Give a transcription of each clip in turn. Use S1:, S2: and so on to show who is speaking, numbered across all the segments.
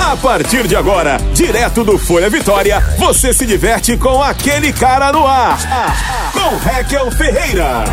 S1: A partir de agora, direto do Folha Vitória, você se diverte com aquele cara no ar. Com Raquel Ferreira.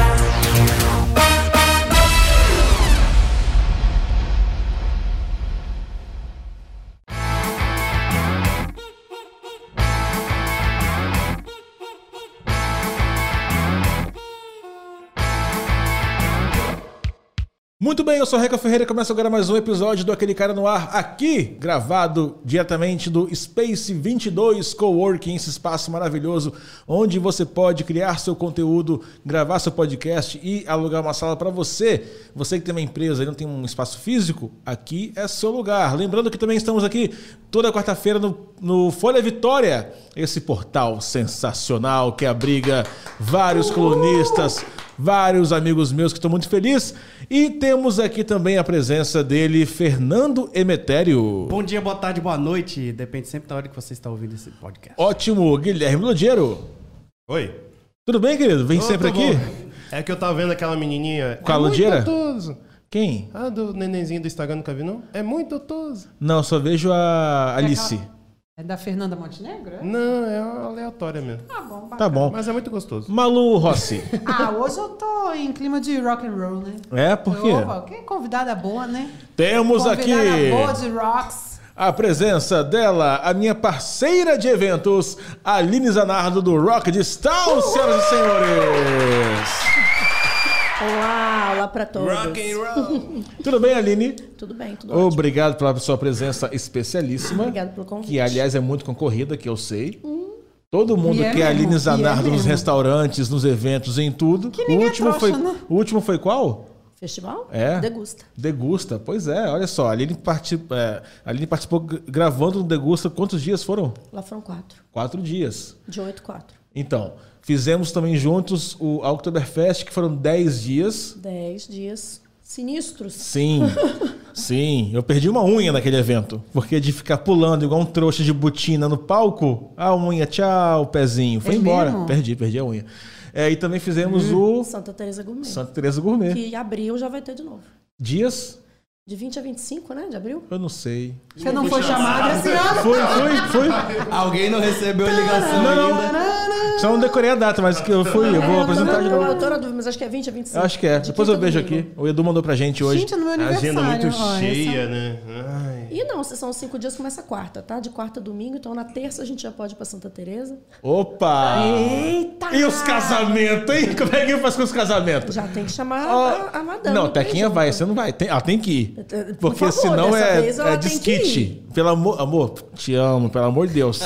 S2: Muito bem, eu sou Reca Ferreira e começa agora mais um episódio do Aquele Cara no Ar, aqui, gravado diretamente do Space 22 Coworking, esse espaço maravilhoso onde você pode criar seu conteúdo, gravar seu podcast e alugar uma sala para você. Você que tem uma empresa e não tem um espaço físico, aqui é seu lugar. Lembrando que também estamos aqui toda quarta-feira no, no Folha Vitória, esse portal sensacional que abriga vários colunistas, vários amigos meus que estão muito felizes. E temos aqui também a presença dele, Fernando Emetério.
S3: Bom dia, boa tarde, boa noite. Depende sempre da hora que você está ouvindo esse podcast.
S2: Ótimo, Guilherme Lodiero.
S4: Oi.
S2: Tudo bem, querido? Vem
S4: Ô,
S2: sempre
S4: tô
S2: aqui?
S4: bom. É que eu tava vendo aquela menininha.
S2: Com a
S4: é muito
S2: Ludmilla?
S4: Toso.
S2: Quem?
S4: Ah, do nenenzinho do Instagram nunca vi, não? É muito toso.
S2: Não, só vejo a Alice.
S5: É da Fernanda Montenegro? é?
S4: Não, é uma aleatória mesmo.
S5: Tá bom, bacana.
S2: Tá bom.
S4: Mas é muito gostoso.
S2: Malu Rossi.
S5: Ah, hoje eu tô em clima de rock and roll, né?
S2: É, por quê?
S5: Opa, que convidada boa, né?
S2: Temos aqui
S5: Convidada boa de rocks.
S2: a presença dela, a minha parceira de eventos, Aline Zanardo do Rock de Stal, senhoras e senhores.
S6: Olá, olá pra todos.
S4: roll.
S2: Tudo bem, Aline?
S6: Tudo bem, tudo ótimo.
S2: Obrigado pela sua presença especialíssima.
S6: Obrigado pelo convite.
S2: Que, aliás, é muito concorrida, que eu sei. Todo mundo
S5: E é
S2: quer a Aline
S5: mesmo,
S2: Zanardo
S5: e é
S2: nos
S5: mesmo.
S2: restaurantes, nos eventos, em tudo. o
S5: ninguém é
S2: último
S5: trouxa,
S2: foi,
S5: né?
S2: o último foi qual?
S6: Festival?
S2: É.
S6: Degusta.
S2: Degusta, pois é, olha só, a Aline, parti- é, a Aline participou g- gravando no Degusta, quantos dias foram?
S6: Lá foram quatro.
S2: Quatro dias.
S6: De oito, quatro.
S2: Então, fizemos também juntos o Oktoberfest, que foram dez dias.
S6: Dez dias sinistros.
S2: Sim, sim, eu perdi uma unha naquele evento, porque de ficar pulando igual um trouxa de botina no palco, a unha, tchau, pezinho, foi
S5: É
S2: embora.
S5: mesmo?
S2: Perdi, perdi a unha. É, e também fizemos o
S6: Santa Teresa Gourmet.
S2: Santa Teresa Gourmet.
S6: Hum. Que abril já vai ter de novo.
S2: Dias?
S6: De 20 a 25, né? De abril?
S2: Eu não sei.
S5: Você não foi chamada esse ano?
S2: Foi, foi, foi.
S3: Alguém não recebeu a ligação
S2: Não, não.
S3: ainda?
S2: Só não decorei a data, mas que eu fui, eu vou apresentar de
S6: eu,
S2: novo.
S6: eu tô na dúvida, mas acho que é 20 a 25.
S2: Eu acho que é.
S6: De
S2: Depois eu
S6: quinta a
S2: vejo
S6: domingo.
S2: aqui. O Edu mandou pra gente hoje.
S5: Gente, é no meu aniversário.
S4: Agenda muito
S5: olha,
S4: cheia,
S5: essa-
S4: né? Ai.
S6: E não, se são cinco dias, começa quarta, tá? De quarta a domingo, então na terça a gente já pode ir pra Santa Teresa.
S2: Opa!
S6: Eita!
S2: E os casamentos, hein? Como é que faz com os casamentos?
S6: Já tem que chamar
S2: Ó,
S6: a, a madame.
S2: Ah, não,
S6: pra ir
S2: Tequinha
S6: junto.
S2: vai, você não vai. Tem, ela tem que ir.
S6: Por
S2: Porque
S6: favor,
S2: senão
S6: dessa
S2: é,
S6: vez ela
S2: é
S6: tem que
S2: desquite. Pelo amor, amor, te amo, pelo amor de Deus.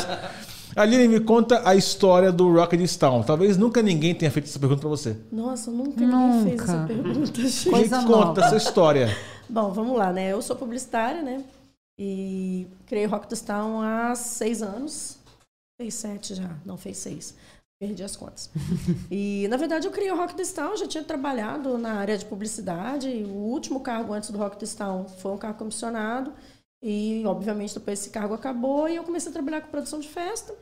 S2: Aline, me conta a história do Rocket Town. Talvez nunca ninguém tenha feito essa pergunta pra você.
S6: Nossa, nunca ninguém fez
S5: Nunca.
S6: essa pergunta, gente.
S5: Coisa
S2: me
S5: nova.
S2: conta essa história.
S6: Bom, vamos lá, né? Eu sou publicitária, né? E criei o Rock Town há seis anos. Fez sete já, não fez seis. Perdi as contas. e, na verdade, eu criei o Rock Town, já tinha trabalhado na área de publicidade. E o último cargo antes do Rock Town foi um cargo comissionado. E, obviamente, depois esse cargo acabou e eu comecei a trabalhar com produção de festa.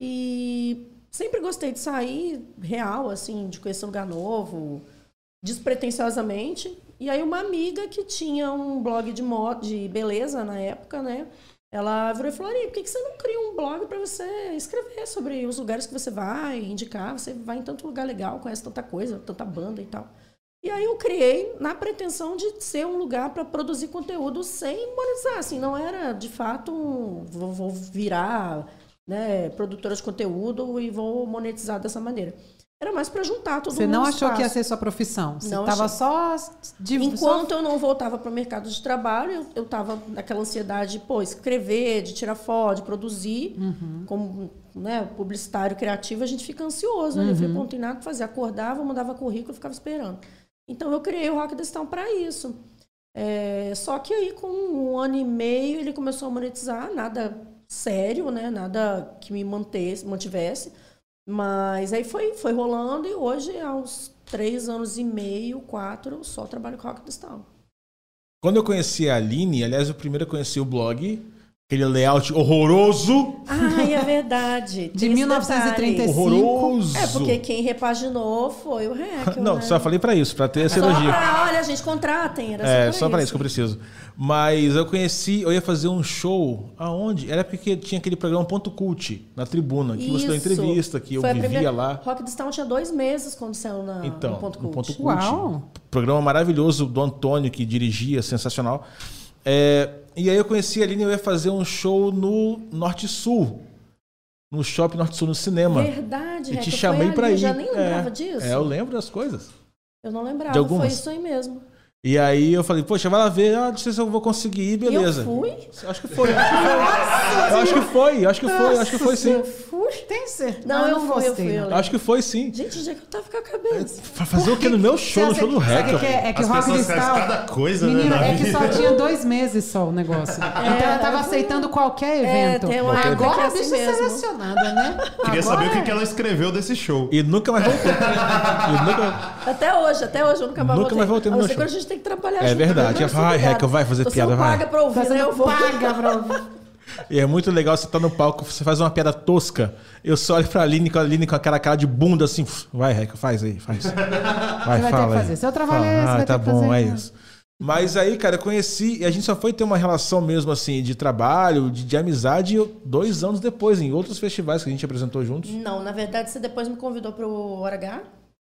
S6: E sempre gostei de sair real, assim, de conhecer um lugar novo, despretensiosamente. E aí uma amiga que tinha um blog de moda, de beleza na época, né? Ela virou e falou, "Ari, por que que você não cria um blog para você escrever sobre os lugares que você vai, indicar? Você vai em tanto lugar legal, conhece tanta coisa, tanta banda e tal. E aí eu criei na pretensão de ser um lugar para produzir conteúdo sem monetizar, assim, não era de fato um, vou, vou virar né, produtora de conteúdo e vou monetizar dessa maneira. Era mais para juntar todo
S5: Você
S6: mundo.
S5: não
S6: no
S5: achou que ia
S6: espaço.
S5: ser sua profissão? Você
S6: Não
S5: tava
S6: achei.
S5: só de
S6: Enquanto eu não voltava para o mercado de trabalho, eu estava naquela ansiedade de pô, escrever, de tirar foto, de produzir. Como né, publicitário criativo, a gente fica ansioso. Né? Eu falei, pô, não tem nada para fazer. Acordava, mandava currículo, ficava esperando. Então, eu criei o Rock Town para isso. É, só que aí, com um ano e meio, ele começou a monetizar. Nada sério, né? nada que me mantesse, mantivesse. Mas aí foi, foi rolando e hoje, há uns três anos e meio, quatro, eu só trabalho com Rock Town.
S2: Quando eu conheci a Aline, aliás, eu primeiro conheci o blog, aquele layout horroroso,
S6: Ai, é verdade.
S5: De
S6: Tem esse
S5: 1935.
S6: detalhe.
S2: horroroso.
S6: É, porque quem repaginou foi o Hack.
S2: Não,
S6: né?
S2: só falei pra isso, pra ter esse
S6: Só
S2: elogio.
S6: pra, olha, gente, contratem. Era só
S2: É,
S6: pra
S2: só pra isso que eu preciso. Mas eu conheci, eu ia fazer um show aonde? Era porque tinha aquele programa Ponto Cult na tribuna, que você deu
S6: Isso.
S2: entrevista, que eu
S6: Foi a
S2: vivia
S6: primeira-
S2: lá.
S6: Rock Down tinha dois meses quando saiu na,
S2: Então,
S6: no Ponto
S2: no
S6: Cult.
S2: Ponto Cult.
S5: Uau.
S2: Programa maravilhoso do Antônio, que dirigia, sensacional. É, e aí eu conheci a Aline, eu ia fazer um show no Norte Sul. No Shopping Norte Sul, no cinema. e
S6: Verdade, Reca,
S2: te
S6: foi
S2: chamei
S6: ali,
S2: pra ir.
S6: Eu já nem lembrava
S2: É,
S6: disso.
S2: É, eu lembro das coisas.
S6: Eu não lembrava,
S2: De algumas.
S6: foi isso aí mesmo.
S2: E aí eu falei, poxa, vai lá ver, ah, não sei se eu vou conseguir ir,
S6: E
S2: beleza.
S6: Eu fui?
S2: Acho que foi. Eu acho que foi, eu acho que foi, eu acho que foi sim.
S5: Eu fui. Tem certeza.
S6: Não, eu fui, eu
S5: gostei,
S6: fui, eu
S5: não.
S2: Eu Acho que foi sim.
S6: Gente, onde é que eu tava com a cabeça?
S2: Pra fazer o quê no meu show, no
S5: Sabe-
S2: show do
S5: sabe
S2: Hacker?
S5: o que é, é que
S4: As
S5: o Rock
S4: pessoas fazem
S5: Cristal-
S4: cada coisa, né,
S5: Menina,
S4: na
S5: é que
S4: vida.
S5: só tinha dois meses só o negócio. então ela tava
S6: eu-
S5: aceitando qualquer
S6: É,
S5: evento.
S6: tem uma época que é
S5: Agora a
S6: assim
S5: bicha
S6: mesmo.
S5: selecionada, né?
S4: Queria
S5: Agora
S4: saber o que,
S5: é.
S4: que ela escreveu desse show.
S2: E nunca mais voltou. E nunca-
S6: Até hoje, até hoje eu nunca mais
S2: Nunca mais voltei no
S6: A não
S2: meu
S6: ser
S2: show.
S6: quando a gente tem que trabalhar
S2: É
S6: junto,
S2: verdade,
S6: né?
S2: já fala, "Ai,
S6: Obrigada.
S2: Reca, vai fazer
S6: Você
S2: piada,
S6: não
S2: vai."
S6: paga pra ouvir,
S5: Você
S6: né?
S5: não
S6: Eu vou.
S5: tá paga pra ouvir.
S2: E é muito legal você tá no palco, você faz uma piada tosca. Eu só olho pra Aline, com a Aline com aquela cara de bunda assim. "Uf, Vai, Reca, faz aí, faz. Vai,
S5: ter que
S2: fala aí.
S5: fazer. Seu trabalho é esse,
S2: Ah,
S5: vai ter
S2: tá
S5: que
S2: bom,
S5: fazer.
S2: é isso. Mas aí, cara, eu conheci e a gente só foi ter uma relação mesmo assim de trabalho, de, de amizade, eu- dois anos depois, em outros festivais que a gente apresentou juntos.
S6: Não, na verdade, você depois me convidou pro Hora H,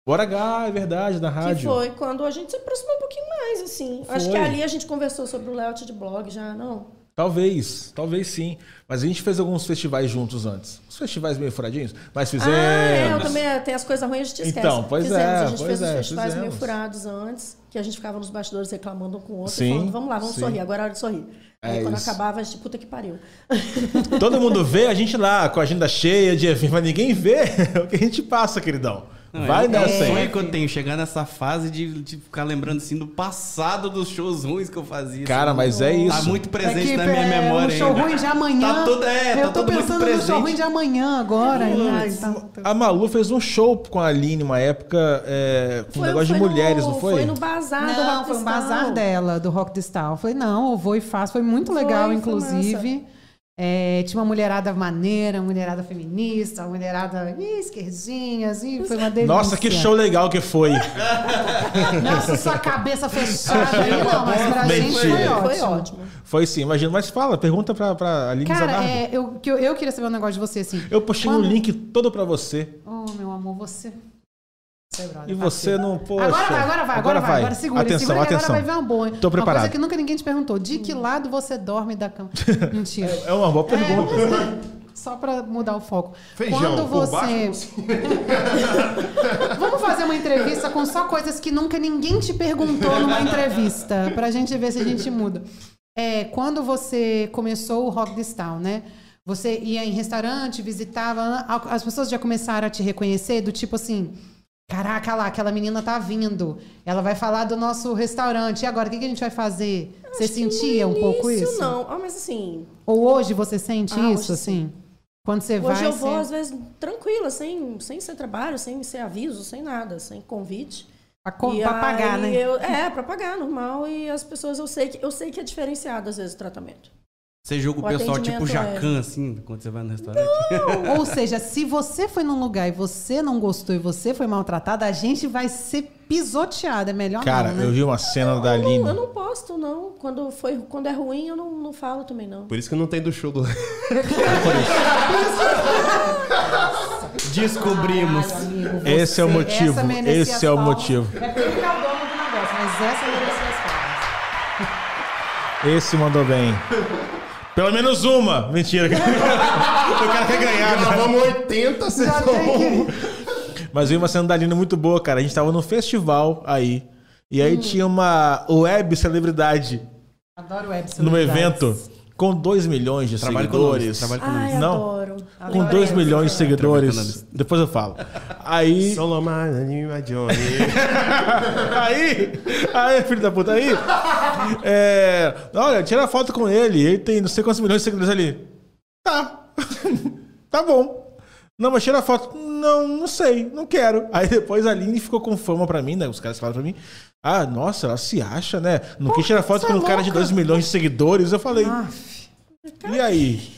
S2: Bora H, é verdade, da
S6: que
S2: rádio.
S6: foi quando a gente se aproximou um pouquinho mais, assim. Acho
S2: Foi.
S6: que ali a gente conversou sobre o layout de blog já, não?
S2: Talvez, talvez sim. Mas a gente fez alguns festivais juntos antes. Os festivais meio furadinhos, mas
S6: Ah,
S2: fizemos.
S6: é, eu também tem as coisas ruins, a gente esquece.
S2: Então, pois
S6: fizemos,
S2: é,
S6: a gente
S2: pois
S6: fez os
S2: é,
S6: festivais meio
S2: fizemos.
S6: furados antes, que a gente ficava nos bastidores reclamando um com o outro,
S2: Sim,
S6: falando, vamos lá, vamos
S2: sim.
S6: sorrir, agora é hora de sorrir.
S2: É
S6: Aí quando
S2: isso.
S6: acabava, a gente, puta que pariu.
S2: Todo mundo vê a gente lá com a agenda cheia de evento, mas ninguém vê o que a gente passa, queridão.
S3: Não,
S2: Vai
S3: é, é
S2: nessa
S3: um
S2: aí.
S3: sonho que eu tenho, chegar nessa fase de, de ficar lembrando assim do passado dos shows ruins que eu fazia.
S2: Cara,
S3: assim.
S2: mas é
S3: Tá
S2: isso.
S3: muito presente
S5: É que,
S3: na minha
S5: é,
S3: memória
S5: O show
S3: ainda.
S5: ruim de amanhã.
S3: Tá todo, é,
S5: eu
S3: tá
S5: tô
S3: todo muito
S5: pensando no
S3: presente.
S5: show ruim de amanhã agora. ainda. Então,
S2: A Malu fez um show com a Aline uma época é, com um negócio de
S6: no-
S2: mulheres, não foi?
S6: Foi no bazar do
S5: Não,
S6: Rock
S5: foi um
S6: Cristal.
S5: bazar dela, do Rock de Star. Eu falei, não, eu vou e faço. Foi muito
S6: Foi,
S5: legal,
S6: foi
S5: inclusive. É, tinha uma mulherada maneira, uma mulherada feminista, uma mulherada ih, esquerdinhas, ih, foi uma delícia.
S2: Nossa, que show legal que foi.
S5: Nossa, sua cabeça fechada. aí não, mas pra gente foi
S2: Mentira.
S5: ótimo.
S6: Foi ótimo.
S2: Foi sim, imagina. Mas fala, pergunta pra, pra Aline
S5: Cara,
S2: Zanardo.
S5: é, eu, que eu, eu queria saber um negócio de você, assim.
S2: Eu postei um
S5: Quando-
S2: link todo pra você.
S5: Oh, meu amor, você... Você é brother,
S2: E você
S5: parceiro.
S2: não. Poxa,
S5: Agora vai, agora vai, agora vai. Agora segura,
S2: atenção,
S5: segura que
S2: atenção.
S5: agora vai ver uma boa. hein?
S2: Tô
S5: Uma
S2: preparado.
S5: coisa que nunca ninguém te perguntou. De que lado você dorme da cama? Mentira.
S2: É uma boa
S5: É,
S2: pergunta.
S5: mas- só pra mudar o foco.
S4: Feijão,
S5: Quando
S4: por
S5: você. Vamos fazer uma entrevista com só coisas que nunca ninguém te perguntou numa entrevista, pra gente ver se a gente muda. É, quando você começou o Rock This Town, né? Você ia em restaurante, visitava, as pessoas já começaram a te reconhecer do tipo assim, caraca lá, aquela menina tá vindo, ela vai falar do nosso restaurante. E agora o que que a gente vai fazer? Você
S6: Acho que no
S5: sentia um pouco
S6: início,
S5: isso?
S6: Não, ah, mas assim,
S5: Ou hoje você sente
S6: Ah,
S5: isso,
S6: hoje
S5: assim? Quando você vai.
S6: hoje eu vou assim,
S5: você-
S6: às vezes tranquila, sem, sem ser trabalho, sem ser aviso, sem nada, sem convite.
S5: Pra, co-
S6: E
S5: pra
S6: aí
S5: pagar, né?
S6: eu- é, pra pagar, normal. E as pessoas, eu sei que, eu sei que é diferenciado às vezes o tratamento.
S3: Você julga o,
S6: O
S3: pessoal
S6: atendimento
S3: tipo
S5: é.
S3: Jacan, assim, quando você vai no restaurante.
S5: Ou seja, se você foi num lugar e você não gostou e você foi maltratada, a gente vai ser pisoteada. É melhor
S2: Cara,
S5: não, né?
S2: eu vi uma cena
S4: É
S2: da Aline.
S6: Não, eu não posto, não. Quando, foi, quando é ruim, eu não, não falo também, não.
S4: Por isso que não tem do show do.
S3: Descobrimos.
S5: Caralho, amigo, você-
S2: Esse é o
S5: essa
S2: motivo,
S5: merecia
S2: esse é o
S5: palmas.
S2: motivo.
S5: É porque ele é o dono do negócio, mas essa merecia as palmas.
S2: Esse mandou bem. Pelo menos uma. Mentira. O cara quer ganhar. né?
S4: Gravamos 80, vocês
S5: Já tem que...
S2: Mas veio uma cena da Lina muito boa, cara. A gente tava num festival aí. E aí tinha uma web celebridade
S5: Adoro web
S2: no evento com 2 milhões de
S3: Trabalho com
S2: seguidores.
S3: nomes, trabalho
S6: Ai,
S2: Não.
S6: adoro.
S2: Com 2 milhões de seguidores.
S3: Trabalho
S2: Depois eu falo. Aí.
S4: Solomar, Anima Johnny.
S2: Aí, aí, filho da puta, aí. É, olha, tira foto com ele. Ele tem não sei quantos milhões de seguidores ali. Tá. tá bom. Não, mas tira foto. Não, não sei, não quero. Aí depois a Aline ficou com fama pra mim, né? Os caras falaram pra mim. Ah, nossa, ela se acha, né? Não quis tirar foto
S5: você
S2: com
S5: é
S2: um cara de
S5: louca.
S2: 2 milhões de seguidores. Eu falei,
S5: Ah,
S2: e aí?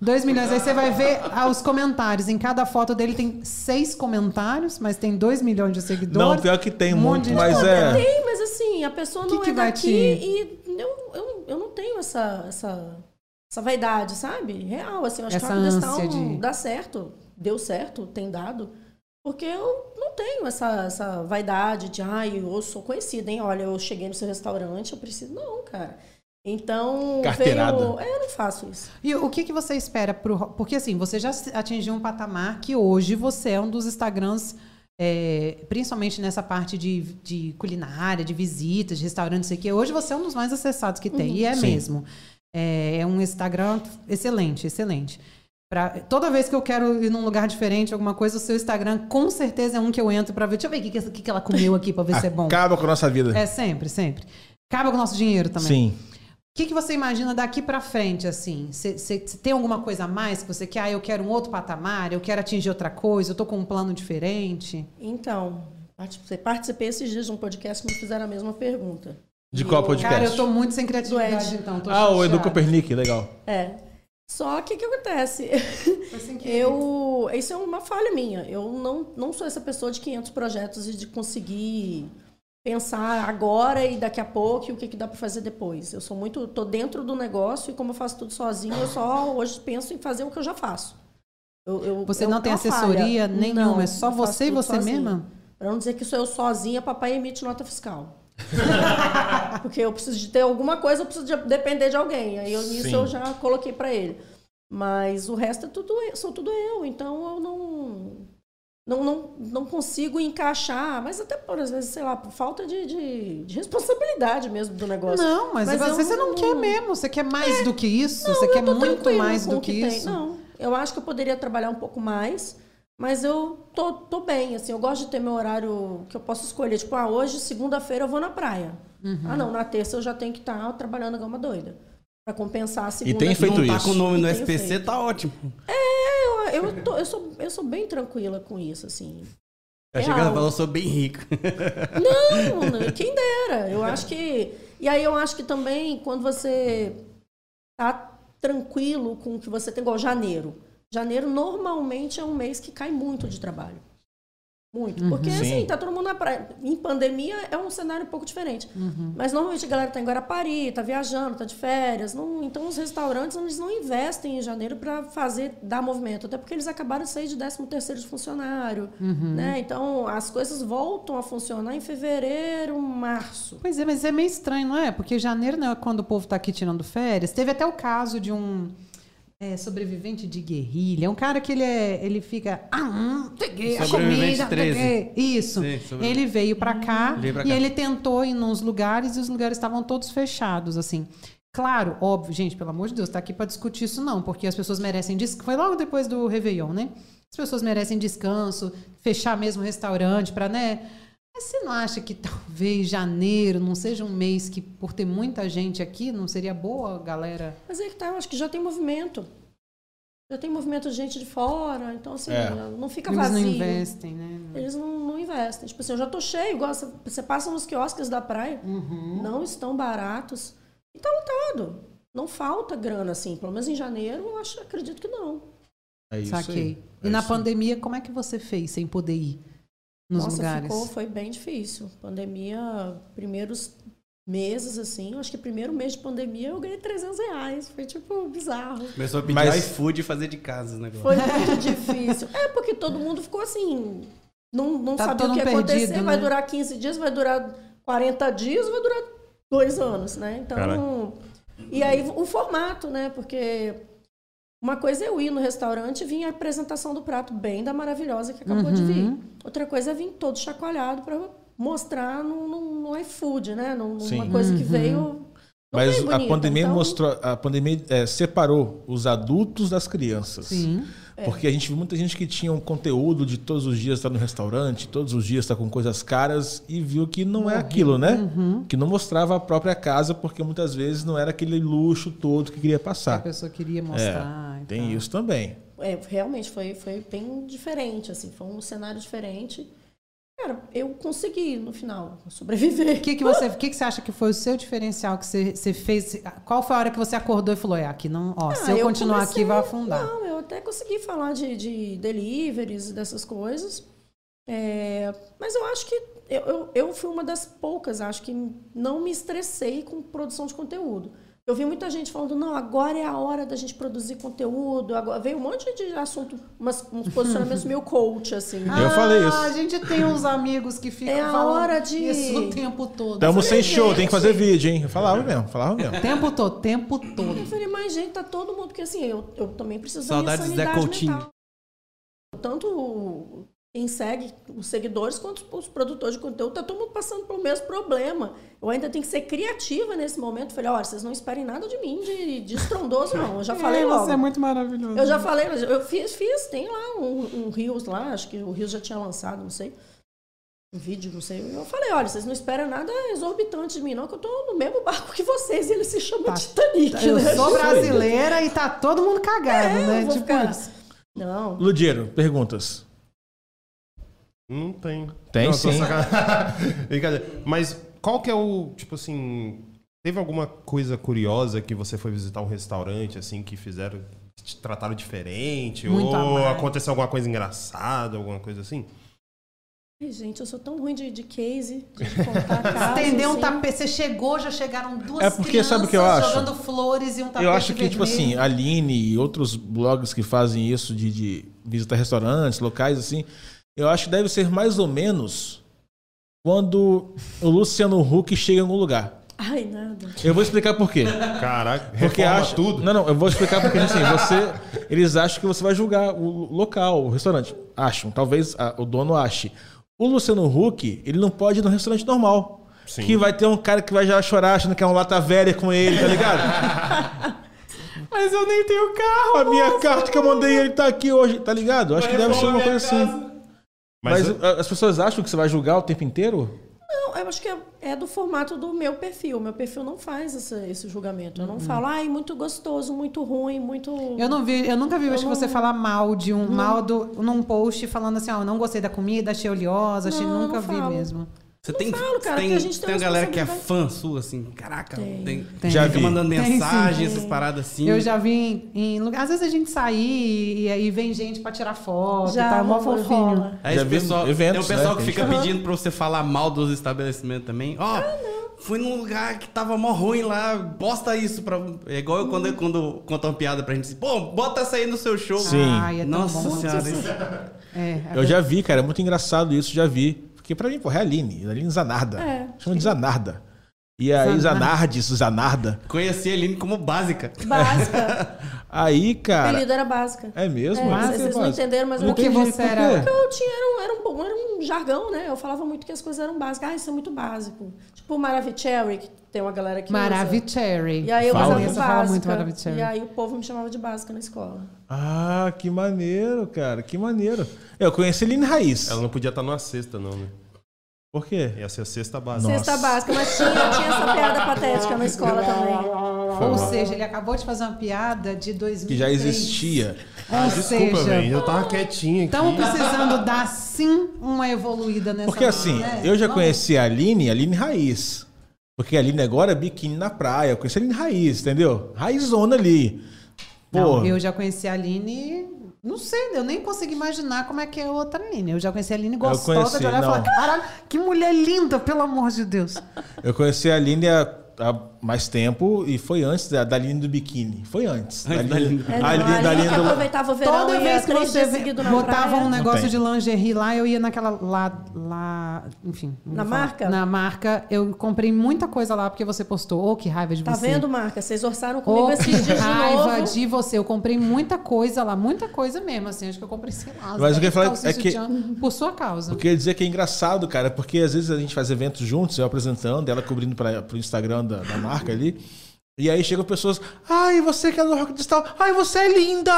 S5: 2 milhões. Aí você vai ver ah, os comentários. Em cada foto dele tem seis comentários, mas tem 2 milhões de seguidores.
S2: Não, pior que tem
S5: Um
S2: muito,
S5: monte de
S2: mas
S5: gente.
S2: é.
S6: Tem, mas assim, a pessoa
S5: Que
S6: não
S5: que
S6: é
S5: vai
S6: daqui
S5: te-
S6: e eu, eu, eu não tenho essa, essa, essa vaidade, sabe? Real, assim. Eu acho
S5: Essa
S6: que o Rockdown
S5: ânsia de-
S6: um, dá certo. Deu certo, tem dado. Porque eu não tenho essa, essa vaidade de, ai, eu sou conhecida, hein? Olha, eu cheguei no seu restaurante, eu preciso. Não, cara. Então.
S2: Carteirada.
S6: Veio... É, eu não faço isso.
S5: E o que, que você espera pro Ro- Porque assim, você já se- atingiu um patamar que hoje você é um dos Instagrams, é, principalmente nessa parte de, de culinária, de visitas, de restaurantes, sei o que. Hoje você é um dos mais acessados que tem. E é
S2: Sim.
S5: mesmo. É, é um Instagram excelente, excelente. Pra, toda vez que eu quero ir num lugar diferente, alguma coisa, o seu Instagram com certeza é um que eu entro pra ver. Deixa eu ver o que, que, essa- o que que ela comeu aqui pra ver
S2: Ah,
S5: se é bom.
S2: Acaba com a nossa vida.
S5: É sempre, sempre. Acaba com o nosso dinheiro também.
S2: Sim.
S5: O que, que você imagina daqui pra frente, assim? Você tem alguma coisa a mais que você quer? Ah, eu quero um outro patamar, eu quero atingir outra coisa, eu tô com um plano diferente.
S6: Então, participei, participei esses dias de um podcast que me fizeram a mesma pergunta.
S2: De
S6: E
S2: qual
S6: eu-
S2: podcast?
S5: Cara, eu tô muito sem criatividade,
S6: Ed.
S5: então. Tô
S2: Ah, o Edu
S5: do
S2: Copernic, legal.
S6: É. Só que o que acontece?
S5: Eu...
S6: Eu, isso é uma falha minha. Eu não, não sou essa pessoa de 500 projetos e de conseguir pensar agora e daqui a pouco e o que, que dá para fazer depois. Eu sou muito, tô dentro do negócio e como eu faço tudo sozinha, eu só hoje penso em fazer o que eu já faço. Eu- eu-
S5: Você
S6: é
S5: não
S6: uma
S5: tem
S6: falha.
S5: assessoria nenhuma,
S6: Não,
S5: é só
S6: eu faço
S5: você e
S6: tudo
S5: você
S6: sozinha.
S5: mesma?
S6: Pra não dizer que sou eu sozinha, papai emite nota fiscal. Porque eu preciso de ter alguma coisa, eu preciso de depender de alguém. Aí eu, isso
S2: Sim.
S6: eu já coloquei pra ele. Mas o resto é tudo eu, sou tudo eu, então eu não não, não, não consigo encaixar, mas até por às vezes, sei lá, por falta de, de, de responsabilidade mesmo do negócio.
S5: Não, mas,
S6: Mas
S5: você,
S6: eu
S5: você não
S6: não- É.
S5: quer mesmo, você quer mais do que isso, você
S6: eu
S5: quer
S6: tô
S5: muito
S6: tranquila
S5: mais
S6: com
S5: do
S6: o
S5: que,
S6: tem.
S5: isso.
S6: Não, eu acho que eu poderia trabalhar um pouco mais, mas eu tô, tô bem, assim, eu gosto de ter meu horário que eu posso escolher. Tipo, ah, hoje, segunda-feira, eu vou na praia.
S5: Uhum.
S6: Ah, não, na terça eu já tenho que estar trabalhando igual uma doida. Pra compensar a segunda.
S2: tem feito
S6: Não,
S3: não tá
S2: isso.
S3: com o nome no
S6: Tenho
S3: SPC,
S6: feito.
S3: tá ótimo.
S6: Eu, eu, tô- eu sou, eu sou bem tranquila com isso, assim.
S3: Eu achei que ela falou, eu sou bem rico.
S6: Não, quem dera. Eu acho que. E aí eu acho que também, quando você tá tranquilo com o que você tem, igual janeiro. Janeiro normalmente é um mês que cai muito de trabalho. Muito. Porque
S2: Sim.
S6: assim, tá todo mundo na praia. Em pandemia é um cenário um pouco diferente. Mas normalmente a galera tá em Guarapari, tá viajando, tá de férias. Não- então os restaurantes eles não investem em janeiro para fazer dar movimento, até porque eles acabaram de sair de 13 terceiro de funcionário, né? Então as coisas voltam a funcionar em fevereiro, março.
S5: Pois é, mas é meio estranho, não é? Porque janeiro não é quando o povo tá aqui tirando férias. Teve até o caso de um é, sobrevivente de guerrilha. Um cara que ele, é, ele fica. Ah, hum, peguei a
S3: Sobrevivente
S5: comida.
S3: 13.
S5: peguei." Isso.
S3: Sim, sobrevivente.
S5: ele veio pra cá
S3: Ele veio pra
S5: e
S3: cá.
S5: ele tentou ir nos lugares e os lugares estavam todos fechados, assim. Claro, óbvio, gente, pelo amor de Deus, tá aqui pra discutir isso não, porque as pessoas merecem descanso. Foi logo depois do Réveillon, né? As pessoas merecem descanso, fechar mesmo o restaurante pra, né? Mas você não acha que talvez janeiro não seja um mês que, por ter muita gente aqui, não seria boa, galera?
S6: Mas é que tá, eu acho que já tem movimento. Já tem movimento de gente de fora, então assim,
S2: É.
S6: não fica
S5: Eles não
S6: vazio.
S5: investem, né?
S6: Eles não, não investem. Tipo assim, eu já tô cheio, igual você, você passa nos quiosques da praia, não estão baratos. E tá lotado. Não falta grana, assim. Pelo menos em janeiro, eu acho, acredito que não.
S2: É isso
S5: Saquei.
S2: aí.
S5: E
S2: É
S5: na
S2: isso aí.
S5: pandemia, como é que você fez sem poder ir nos
S6: Nossa,
S5: lugares?
S6: ficou, foi bem difícil. Pandemia, primeiros meses, assim, eu acho que primeiro mês de pandemia eu ganhei 300 reais. Foi, tipo, bizarro.
S3: Começou a pedir
S2: Mas-
S3: iFood e fazer de casa o negócio.
S6: Foi muito difícil. É, porque todo mundo ficou assim. Não, não
S5: Tá
S6: sabia
S5: todo
S6: o que ia
S5: perdido,
S6: acontecer. Vai
S5: né?
S6: durar 15 dias, vai durar 40 dias, vai durar dois anos, né? Então.
S2: Caraca.
S6: E aí o formato, né? Porque uma coisa é eu ir no restaurante e vir a apresentação do prato bem da maravilhosa que acabou de
S5: Uhum.
S6: vir. Outra coisa é vir todo chacoalhado pra mostrar no, no, no iFood, né? Num- Numa
S2: Sim.
S6: coisa que
S5: Uhum.
S6: veio. não
S2: Mas
S6: veio
S2: a
S6: bonita,
S2: pandemia
S6: então-
S2: mostrou, a pandemia eh, separou os adultos das crianças.
S5: Sim.
S6: É.
S2: Porque a gente viu muita gente que tinha um conteúdo de todos os dias estar no restaurante, todos os dias estar com coisas caras e viu que não é aquilo, né?
S6: Uhum.
S2: Que não mostrava a própria casa porque muitas vezes não era aquele luxo todo que queria
S5: que a
S2: passar.
S5: pessoa queria mostrar. e
S2: Tá. É, Tem
S5: tal.
S2: isso também.
S6: É, realmente foi, foi bem diferente, assim, foi um cenário diferente. Cara, eu consegui no final
S5: O
S6: sobreviver.
S5: que, que, você, o que, que você acha que foi o seu diferencial que você, você fez? Qual foi a hora que você acordou e falou: é, aqui não, ó, se
S6: Ah,
S5: eu, continuar
S6: comecei-
S5: aqui, vai afundar.
S6: Não, eu até consegui falar de, de deliveries e dessas coisas. É, mas eu acho que eu, eu, eu fui uma das poucas, acho que não me estressei com produção de conteúdo. Eu vi muita gente falando, não, agora é a hora da gente produzir conteúdo. Agora veio um monte de assunto, umas, uns posicionamentos meio coach, assim.
S5: Ah,
S2: Eu falei isso.
S5: A gente tem uns amigos que ficam
S6: É a
S5: falando
S6: hora de-
S5: isso o tempo todo.
S2: Tamo sem
S6: gente. É.
S2: show, tem que fazer vídeo, hein? Eu falava mesmo, falava mesmo.
S5: Tempo todo, tempo
S6: Eu
S5: todo.
S6: falei, mas gente, tá todo mundo, porque assim, eu, eu também preciso
S3: Saudades
S6: da
S3: de
S6: minha
S3: Zé
S6: sanidade
S3: Coutinho.
S6: mental. Tanto o- quem segue, os seguidores, quanto os- os produtores de conteúdo, tá todo mundo passando pelo mesmo problema. Eu ainda tenho que ser criativa nesse momento. Eu Falei, olha, vocês não esperem nada de mim, de, de estrondoso, não. Eu já falei
S5: É,
S6: logo.
S5: Você é muito maravilhoso.
S6: Eu já falei, mas eu fiz, fiz, tem lá um, um Rios lá, acho que o Rios já tinha lançado, não sei. Um vídeo, não sei. Eu falei, olha, vocês não esperam nada exorbitante de mim, não, que eu tô no mesmo barco que vocês, e ele se chama Titanic,
S5: Tá. Eu
S6: né?
S5: sou brasileira e tá todo mundo cagado,
S6: É,
S5: né?
S6: eu vou
S5: Tipo
S6: ficar-
S5: isso.
S6: Não.
S2: Ludiero, perguntas.
S4: Não tem.
S2: Tem
S4: Não, tô
S2: sim.
S4: sacan- Brincadeira. Mas qual que é o, tipo assim, teve alguma coisa curiosa que você foi visitar um restaurante, assim, que fizeram, que te trataram diferente?
S5: Muito
S4: ou
S5: amado.
S4: aconteceu alguma coisa engraçada, alguma coisa assim?
S6: Ai, gente, eu sou tão ruim de, de case, de contar casos,
S5: Estender um
S6: assim.
S5: tapete. Você chegou, já chegaram duas
S2: É porque
S5: crianças
S2: sabe o que eu acho?
S5: jogando flores e um tapete
S2: Eu acho que, tipo assim,
S5: vermelho.
S2: a Aline e outros blogs que fazem isso de, de visitar restaurantes, locais, assim, eu acho que deve ser mais ou menos quando o Luciano Huck chega em algum lugar.
S6: Ai, nada.
S2: Eu vou explicar por quê.
S4: Caraca,
S2: Porque
S4: reforma
S2: acha...
S4: tudo?
S2: Não, não, eu vou explicar porque assim, você. Eles acham que você vai julgar o local, o restaurante. Acham, talvez ah, o dono ache. O Luciano Huck, ele não pode ir num restaurante normal.
S4: Sim.
S2: Que vai ter um cara que vai já chorar achando que é um lata velha com ele, tá ligado?
S3: Mas eu nem tenho carro.
S2: A minha carta que eu mandei, ele tá aqui hoje, tá ligado? Acho que deve ser uma coisa assim. Mas,
S4: Mas,
S2: ah, as pessoas acham que você vai julgar o tempo inteiro?
S6: Não, eu acho que é, é do formato do meu perfil. Meu perfil não faz essa- esse julgamento. Eu não falo, ai, muito gostoso, muito ruim, muito.
S5: Eu não vi, eu nunca vi acho que você falar mal de um mal do num post falando assim, ó, não gostei da comida, achei oleosa, achei
S6: Não, eu
S5: nunca
S6: não
S5: vi
S6: falo.
S5: mesmo.
S3: Você tem,
S6: falo, cara,
S3: tem,
S6: que a gente tem
S3: tem uma
S6: uma
S3: galera que é fã
S6: responsabilidade.
S3: sua, assim, caraca,
S6: Tem.
S3: tem,
S5: Tem.
S2: Já
S3: fica
S2: vi.
S3: mandando
S5: Tem, sim.
S3: mensagem,
S5: Tem.
S3: essas paradas assim.
S5: Eu já vi em, em lugar, às vezes a gente sai e, e aí vem gente pra tirar foto,
S6: Já
S5: tá mó
S6: rola.
S5: fofinho.
S3: Aí
S2: Já
S3: É esse
S2: vi
S3: pessoal,
S2: eventos,
S3: tem o pessoal
S2: né,
S3: que
S2: que
S3: fica
S2: a gente-
S3: pedindo pra você falar mal dos estabelecimentos também. Ó,
S5: Ah,
S3: fui num lugar que tava mó ruim lá, posta isso pra. É igual eu quando, quando conta uma piada pra gente. assim, Pô, bota essa aí no seu show.
S2: Sim.
S5: Ai, é tão
S3: Nossa
S5: bom.
S3: senhora, isso
S5: É,
S2: Eu já vi, cara, é muito engraçado isso, já vi. Porque pra mim, porra, é a Aline, a Aline Zanarda.
S6: É.
S2: Chama de Zanarda. E aí,
S5: Zanardi.
S2: Zanardes, Zanarda.
S3: Conheci a Aline como básica.
S6: Básica.
S2: Aí,
S6: O
S2: cara.
S6: apelido era básica.
S2: É mesmo?
S6: É,
S2: Ah,
S6: vocês
S2: você
S6: não
S2: faz.
S6: entenderam, mas
S2: Não
S6: o que
S2: entendi,
S5: você
S2: por
S5: era?
S2: quê?
S6: Porque eu tinha, era um, era um bom, era um jargão, né? Eu falava muito que as coisas eram básicas. Ah, isso é muito básico. Tipo o Maravicherry, que tem uma galera que usa.
S5: Maravicherry.
S6: E aí eu
S2: Fala.
S6: usava
S5: Vanessa fala muito
S6: básica.
S5: Maravicherry.
S6: E aí o povo me chamava de básica na escola.
S2: Ah, que maneiro, cara. Que maneiro. Eu conheci a Aline Raiz.
S4: ela não podia estar numa cesta, não, né?
S2: Por quê?
S4: Ia ser a cesta base.
S6: Cesta básica, mas tinha, tinha essa piada patética na escola também.
S5: Ou seja, ele acabou de fazer uma piada de 2000
S2: Que já existia. Ah,
S5: Ou
S4: Ah, Desculpa,
S5: seja,
S4: velho. Eu tava quietinho aqui.
S5: estamos precisando dar sim uma evoluída nessa
S2: Porque assim,
S5: né?
S2: eu já
S5: Vamos.
S2: conheci a Aline, a Aline Raiz. Porque a Aline agora é biquíni na praia. Eu conheci a Aline Raiz, entendeu? Raizona ali. Pô,
S5: Não, eu já conheci a Aline. Não sei, eu nem consigo imaginar como é que é outra Aline. Eu já conheci a Aline gostosa
S2: conheci,
S5: de olhar e falar:
S2: não.
S5: caralho, que mulher linda, pelo amor de Deus.
S2: eu conheci a Aline há, há mais tempo e foi antes da, da Aline do biquíni. Foi antes. Da
S3: Antes da
S2: Aline,
S6: É,
S2: a Aline- da
S6: a
S2: Aline
S6: que
S2: do-
S6: aproveitava o verão
S5: Toda
S6: e
S5: vez
S6: ia
S5: que
S6: três
S5: você
S6: dias
S5: ve-
S6: seguidos na
S5: botava
S6: praia.
S5: um negócio
S2: tem.
S5: de lingerie lá, eu ia naquela. Lá. lá enfim. não
S6: Na
S5: vou falar.
S6: marca?
S5: Na marca. Eu comprei muita coisa lá porque você postou. Ô, que raiva de
S6: Tá
S5: você.
S6: vendo, Marca? Vocês
S2: Oh,
S6: orçaram comigo
S5: Ô, que
S6: esses dias de
S5: raiva
S6: novo.
S5: de você. Eu comprei muita coisa lá, muita coisa mesmo, assim. Acho que eu comprei, sei lá.
S2: Mas o que eu ia falar é
S5: calcinha,
S2: que-
S5: sutiã, Por sua causa.
S2: Eu queria dizer que é engraçado, cara, porque às vezes a gente faz eventos juntos, eu apresentando, ela cobrindo para pro Instagram da, da marca ali. E aí chegam pessoas, ai, você que é do Rock Distal, ai, você é linda!